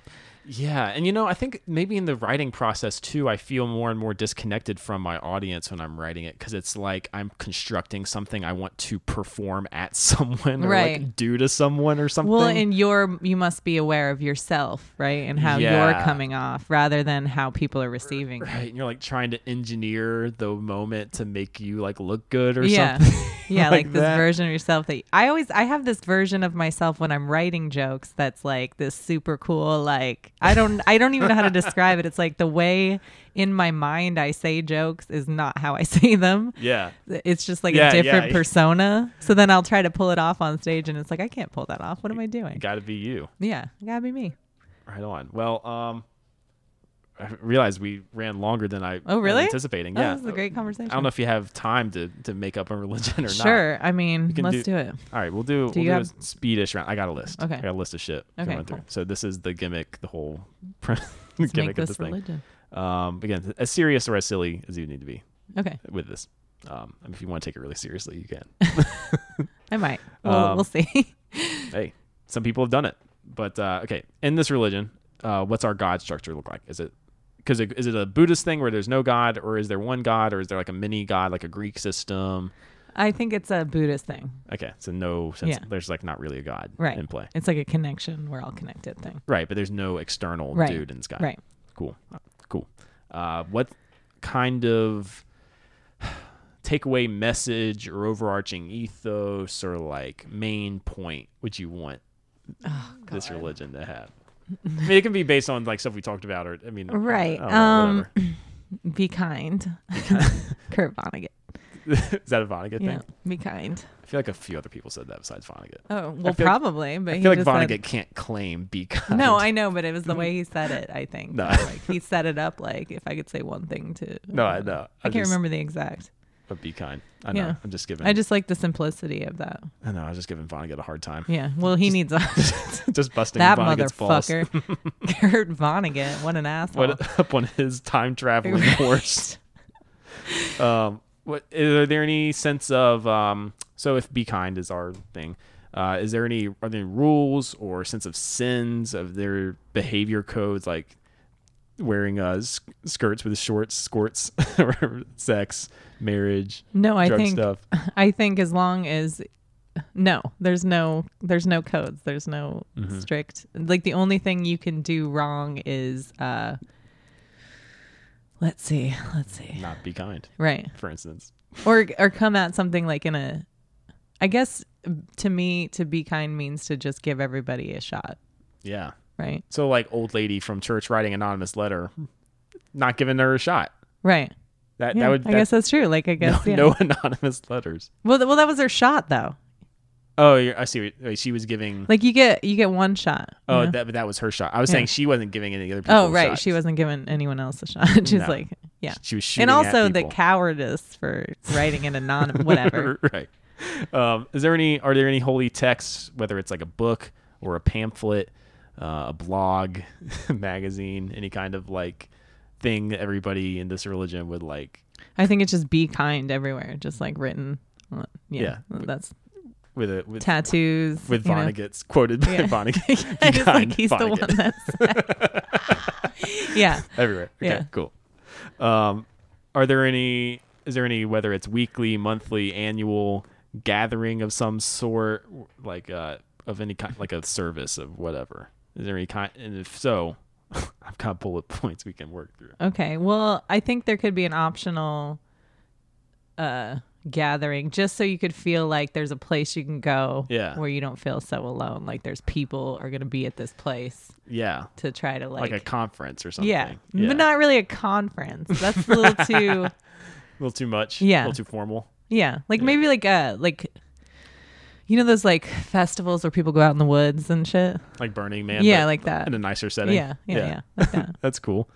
A: yeah. And you know, I think maybe in the writing process too, I feel more and more disconnected from my audience when I'm writing it because it's like I'm constructing something I want to perform at someone or like
D: Right.
A: do to someone or something.
D: Well, and you're you must be aware of yourself, right? And how
A: Yeah.
D: you're coming off rather than how people are receiving. you.
A: Right, and you're like trying to engineer the moment to make you like look good or
D: Yeah.
A: something.
D: Yeah,
A: like
D: like, this
A: that.
D: version of yourself that I always I have this version of myself when I'm writing jokes that's like this super cool like I don't I don't even know how to describe it. It's like the way in my mind I say jokes is not how I say them.
A: Yeah.
D: It's just like
A: Yeah,
D: a different
A: yeah.
D: persona. So then I'll try to pull it off on stage and it's like I can't pull that off. What am I doing?
A: Gotta be you.
D: Yeah, gotta be me.
A: Right on. Well, um, I realized we ran longer than I
D: Oh,
A: was
D: really?
A: anticipating.
D: Oh,
A: yeah,
D: this is a great conversation.
A: I don't know if you have time to, to make up on religion or not.
D: Sure. I mean,
A: can
D: let's
A: do-
D: do, it.
A: All right, we'll do,
D: Do
A: we'll
D: you
A: do
D: have-
A: a speedish round. I got a list.
D: Okay.
A: I got a list of shit. we can
D: Okay,
A: run through.
D: cool.
A: So this is the gimmick, the whole
D: Let's
A: gimmick
D: make
A: of
D: this,
A: this thing.
D: religion.
A: Um, again, as serious or as silly as you need to be
D: Okay.
A: with this. Um, and if you want to take it really seriously, you can.
D: I might. We'll,
A: Um,
D: we'll see.
A: hey, some people have done it. But uh, okay, in this religion, uh, what's our god structure look like? Is it because is it a Buddhist thing where there's no god, or is there one god, or is there like a mini god, like a Greek system?
D: I think it's a Buddhist thing.
A: Okay, so no sense.
D: Yeah.
A: There's like not really a god
D: Right.
A: in play.
D: It's like a connection. We're all connected thing.
A: Right, but there's no external
D: Right.
A: dude in the sky.
D: Right.
A: Cool. Cool. Uh, what kind of takeaway message or overarching ethos or like main point would you want this religion to have? I mean, it can be based on like stuff we talked about, or I mean, I
D: Right,
A: don't know,
D: um, Be kind. Kurt Vonnegut.
A: whatever. Is that a Vonnegut
D: Yeah.
A: thing?
D: Be kind.
A: I feel like a few other people said that besides Vonnegut.
D: Oh, well,
A: feel like-
D: probably. But
A: I
D: he
A: feel like
D: just said-
A: Vonnegut can't claim be kind.
D: No, I know, but it was the way he said it. I think
A: No.
D: like he set it up like if I could say one thing to.
A: No, I know.
D: I, can't
A: just-
D: remember the exact.
A: But be kind. I know.
D: Yeah.
A: I'm just giving.
D: I just like the simplicity of that.
A: I know. I was just giving Vonnegut a hard time.
D: Yeah. Well, he needs us.
A: just busting
D: that
A: Vonnegut's balls.
D: motherfucker, Kurt Vonnegut. What an asshole.
A: what up on his time traveling horse. Um, what are there any sense of um? So if be kind is our thing, uh, is there any are there any rules or sense of sins of their behavior codes like wearing uh s- skirts with shorts, skirts, or sex, marriage,
D: No, I
A: drug
D: think
A: stuff?
D: I think as long as no, there's no there's no codes. There's no
A: Mm-hmm.
D: strict like the only thing you can do wrong is uh let's see, let's see.
A: Not be kind,
D: Right.
A: for instance.
D: Or or come at something like in a I guess to me to be kind means to just give everybody a shot,
A: Yeah.
D: right?
A: So like old lady from church writing anonymous letter, not giving her a shot.
D: Right.
A: That
D: Yeah,
A: that would
D: I guess that's true. Like I
A: no,
D: guess yeah.
A: no anonymous letters.
D: Well, th- well that was their shot though.
A: Oh, you're, I see. what- wait, She was giving.
D: Like you get you get one shot. you
A: oh,
D: know?
A: that but that was her shot. I was saying she wasn't giving any other people.
D: Oh, right.
A: shots.
D: She wasn't giving anyone else a shot. She's
A: No.
D: like, yeah.
A: She was shooting.
D: and also
A: at
D: the
A: people.
D: cowardice for writing an anonymous whatever.
A: right. Um, is there any? Are there any holy texts? Whether it's like a book or a pamphlet, uh, a blog, magazine, any kind of like thing that everybody in this religion would like
D: I think it's just be kind everywhere, just like written. uh, Yeah, that's
A: with a with
D: tattoos
A: with
D: you know.
A: Vonnegut's quoted by
D: Yeah.
A: Vonnegut.
D: I just
A: Kind
D: like he's the
A: Vonnegut.
D: one that's yeah.
A: everywhere. Okay,
D: Yeah.
A: cool. Um, are there any? Is there any whether it's weekly, monthly, annual gathering of some sort, like uh, of any kind, like a service of whatever? Is there any kind? And if so, I've got bullet points we can work through.
D: Okay. Well, I think there could be an optional uh gathering just so you could feel like there's a place you can go
A: Yeah.
D: where you don't feel so alone like there's people are going to be at this place
A: Yeah,
D: to try to like,
A: like, a conference or something.
D: yeah, but not really a conference that's a little too
A: a little too much.
D: Yeah.
A: a little too formal.
D: Yeah, like maybe like uh like you know those like festivals where people go out in the woods and shit.
A: Like Burning Man.
D: Yeah,
A: but
D: like that.
A: In a nicer setting.
D: Yeah, yeah, yeah, like that.
A: That's cool.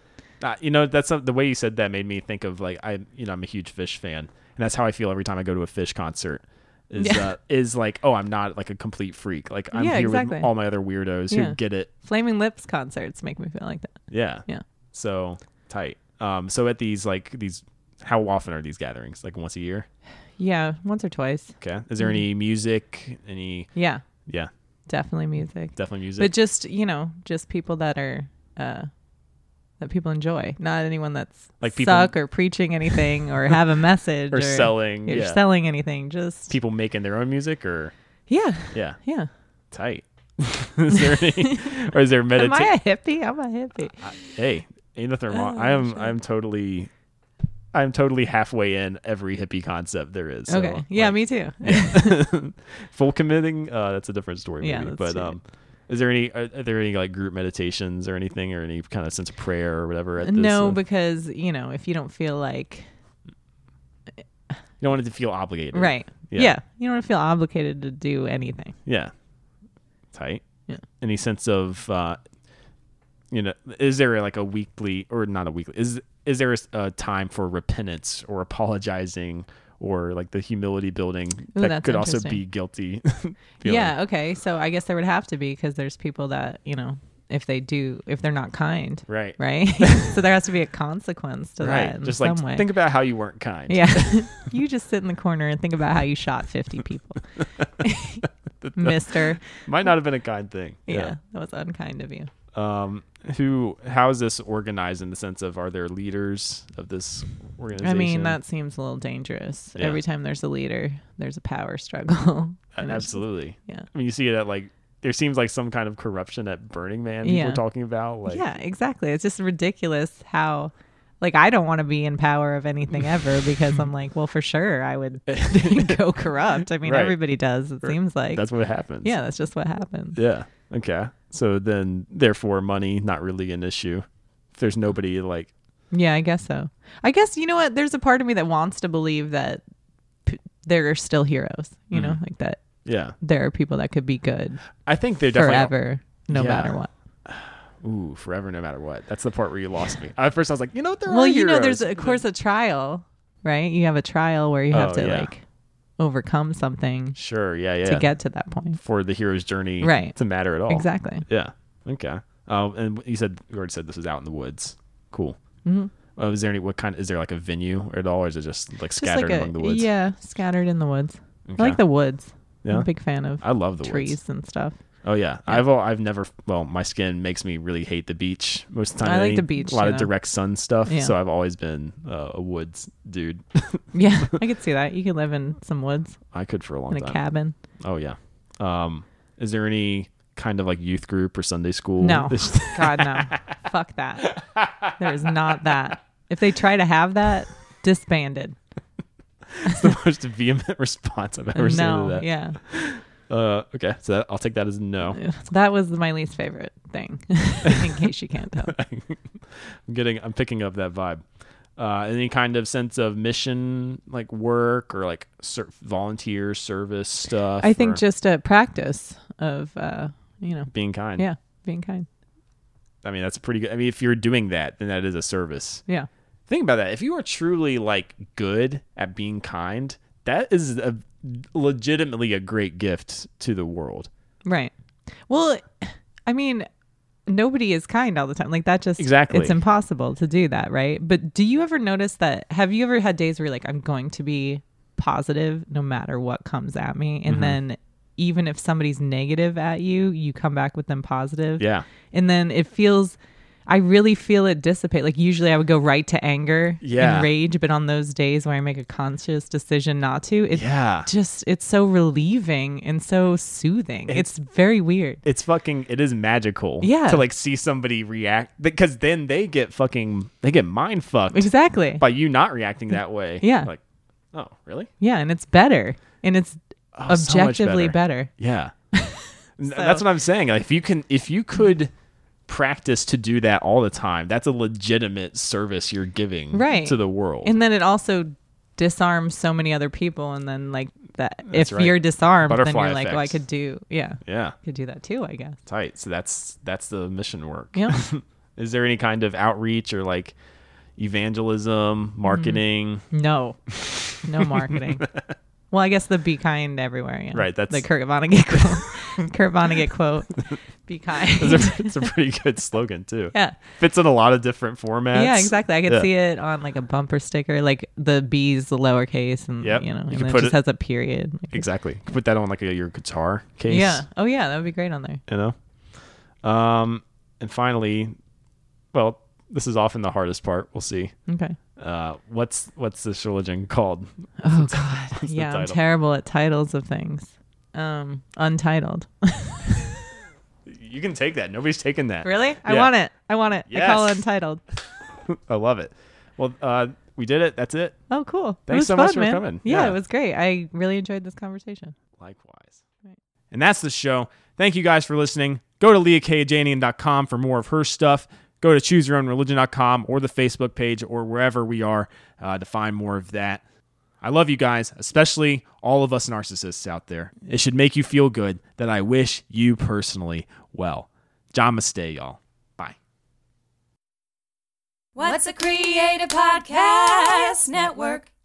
A: Uh, you know, that's some- the way you said that made me think of like I, you know, I'm a huge Fish fan, and that's how I feel every time I go to a Fish concert. Is
D: Yeah.
A: uh, is like, oh, I'm not like a complete freak. Like I'm
D: Yeah,
A: here
D: exactly.
A: with all my other weirdos
D: Yeah.
A: who get it.
D: Flaming Lips concerts make me feel like that.
A: Yeah.
D: Yeah.
A: So tight. Um. So at these like these, how often are these gatherings? Like once a year.
D: Yeah, once or twice.
A: Okay. Is there
D: Mm.
A: any music? Any?
D: Yeah,
A: Yeah.
D: definitely music.
A: Definitely music.
D: But just, you know, just people that are uh that people enjoy, not anyone that's
A: Like people-
D: suck or preaching anything or have a message
A: Or selling,
D: You're
A: yeah.
D: selling anything. Just
A: People making their own music, or
D: yeah,
A: yeah,
D: yeah.
A: tight. is there any? or is there
D: Am
A: meditation?
D: I a hippie? I'm a Oh, hippie.
A: hey, ain't nothing wrong. I am I'm totally I'm totally halfway in every hippie concept there is. So,
D: okay. Yeah,
A: like,
D: me too.
A: full committing, uh, that's a different story.
D: Yeah,
A: maybe. but
D: that's true.
A: um, is there any are, are there any like group meditations or anything or any kind of sense of prayer or whatever? At this,
D: no,
A: uh,
D: because you know, if you don't feel like
A: you don't want it to feel obligated,
D: Right.
A: Yeah.
D: Yeah. You don't feel obligated to do anything.
A: Yeah, tight.
D: Yeah.
A: Any sense of uh, you know, is there like a weekly or not a weekly? Is is there a, s- a time for repentance or apologizing or like the humility building
D: Ooh,
A: that
D: that's
A: could also be
D: interesting.
A: guilty? feeling?
D: Yeah. Okay. So I guess there would have to be because there's people that you know if they do if they're not kind,
A: Right.
D: right? so there has to be a consequence to
A: Right.
D: that in
A: Just
D: some
A: like
D: way.
A: think about how you weren't kind.
D: yeah. you just sit in the corner and think about how you shot 50 people, Mister.
A: Might not have been a kind thing.
D: Yeah, that was unkind of you.
A: Um, who? How is this organized in the sense of are there leaders of this
D: I
A: organization?
D: mean, that seems a little dangerous.
A: Yeah.
D: Every time there's a leader, there's a power struggle.
A: Uh,
D: And it's-
A: absolutely.
D: yeah.
A: I mean, you see it at like there seems like some kind of corruption at Burning Man. People
D: Yeah.
A: are talking about like
D: yeah, exactly. It's just ridiculous how, like, I don't want to be in power of anything ever because I'm like, well, for sure I would go corrupt. I mean,
A: Right.
D: everybody does. It seems like.
A: that's what happens.
D: yeah, that's just what happens.
A: Yeah. Okay. So then, therefore, money not really an issue. If there's nobody like
D: Yeah, I guess so. I guess you know what? There's a part of me that wants to believe that p- there are still heroes. You know,
A: Mm.
D: like that
A: yeah,
D: there are people that could be good
A: I think they're definitely
D: forever, no
A: Yeah.
D: matter what.
A: ooh forever no matter what. That's the part where you lost me. At first, I was like, you know what? There
D: Well,
A: are
D: you know, there's
A: heroes.
D: of course a trial, right? You have a trial where you have
A: Oh,
D: to
A: yeah.
D: like overcome something
A: sure. Yeah. Yeah.
D: to get to that point.
A: for the hero's journey
D: Right.
A: to matter at all.
D: Exactly.
A: Yeah. Okay. Um, and you said you already said this was out in the woods. Cool. Mm-hmm. Uh, is there any what kind? Is there like a venue at all, or is it just like
D: Just
A: scattered
D: like a
A: among the woods?
D: yeah, scattered in the woods.
A: Okay.
D: I like the woods. I'm
A: Yeah?
D: a big fan of
A: I love the
D: trees
A: woods.
D: and stuff.
A: Oh yeah. I've al- I've never well my skin makes me really hate the beach most of the time.
D: I like
A: Any-
D: the beach,
A: A lot
D: yeah.
A: of direct sun stuff.
D: Yeah.
A: So I've always been uh, a woods dude.
D: Yeah, I could see that. You could live in some woods
A: I could for a long
D: in a
A: time.
D: cabin.
A: Oh yeah. Um, is there any kind of like youth group or Sunday school?
D: No. God, no. Fuck that. There is not that. If they try to have that, disbanded.
A: That's the most vehement response I've ever seen to
D: no,
A: that.
D: yeah.
A: Uh, okay, so that, I'll take that as a no.
D: That was my least favorite thing, in case you can't tell.
A: I'm getting, I'm picking up that vibe. Uh, any kind of sense of mission, like work or like ser- volunteer service stuff.
D: I think
A: or
D: just a practice of, uh, you know,
A: being kind.
D: yeah, being kind.
A: I mean, that's pretty good. I mean, if you're doing that, then that is a service.
D: Yeah.
A: Think about that. If you are truly like good at being kind, that is a legitimately a great gift to the world.
D: Right. Well, I mean, nobody is kind all the time. Like that just
A: Exactly.
D: it's impossible to do that, right? But do you ever notice that have you ever had days where you're like I'm going to be positive no matter what comes at me
A: Mm-hmm.
D: and then even if somebody's negative at you, you come back with them positive.
A: Yeah.
D: And then it feels I really feel it dissipate. Like usually I would go right to anger
A: Yeah.
D: and rage, but on those days where I make a conscious decision not to, it
A: Yeah.
D: just it's so relieving and so soothing. It's, very weird.
A: it's fucking it is magical
D: Yeah.
A: to like see somebody react because then they get fucking they get mind fucked
D: Exactly.
A: by you not reacting that way
D: Yeah.
A: like oh really
D: yeah, and it's better. And it's
A: Oh, so much
D: objectively better.
A: yeah N- that's what i'm saying like if you can if you could practice to do that all the time that's a legitimate service you're giving
D: Right.
A: to the world
D: And then it also disarms so many other people and then like that if
A: right.
D: you're disarmed then
A: Butterfly
D: you're like, "Oh, I
A: effect.
D: could do yeah,
A: yeah
D: I could do that too, I guess."
A: tight so that's that's the mission work
D: Yeah.
A: is there any kind of outreach or like evangelism
D: Mm-hmm.
A: marketing
D: No. No marketing. well, I guess the be kind everywhere, yeah.
A: Right, that's-
D: the Kurt Vonnegut quote. Kurt Vonnegut quote. Be kind.
A: it's, a, it's a pretty good slogan too.
D: Yeah.
A: fits in a lot of different formats.
D: yeah, exactly. I could
A: Yeah.
D: see it on like a bumper sticker, like the B's the lowercase, and
A: Yep.
D: you
A: You
D: know, and
A: could
D: then it
A: put
D: just
A: it-
D: has a period. Like,
A: Exactly. You could Put that on like a, your guitar case.
D: yeah. Oh yeah, that would be great on there.
A: You know. Um, and finally, well, this is often the hardest part. We'll see.
D: Okay.
A: Uh, what's what's this religion called?
D: Oh god.
A: the
D: yeah, I'm
A: title?
D: terrible at titles of things. Um, untitled.
A: You can take that. Nobody's taking that.
D: really? I
A: Yeah.
D: want it. I want it. I call it
A: Yes.
D: untitled.
A: I love it. Well, uh, we did it. That's it.
D: Oh, cool. It
A: Thanks
D: was
A: so much
D: fun,
A: for
D: man.
A: coming.
D: Yeah,
A: Yeah.
D: it was great. I really enjoyed this conversation.
A: Likewise. And that's the show. Thank you guys for listening. Go to leahkajanian.com for more of her stuff. Go to chooseyourownreligion.com or the Facebook page or wherever we are uh, to find more of that. I love you guys, especially all of us narcissists out there. It should make you feel good that I wish you personally well. Namaste, y'all. Bye.
C: What's a creative podcast network?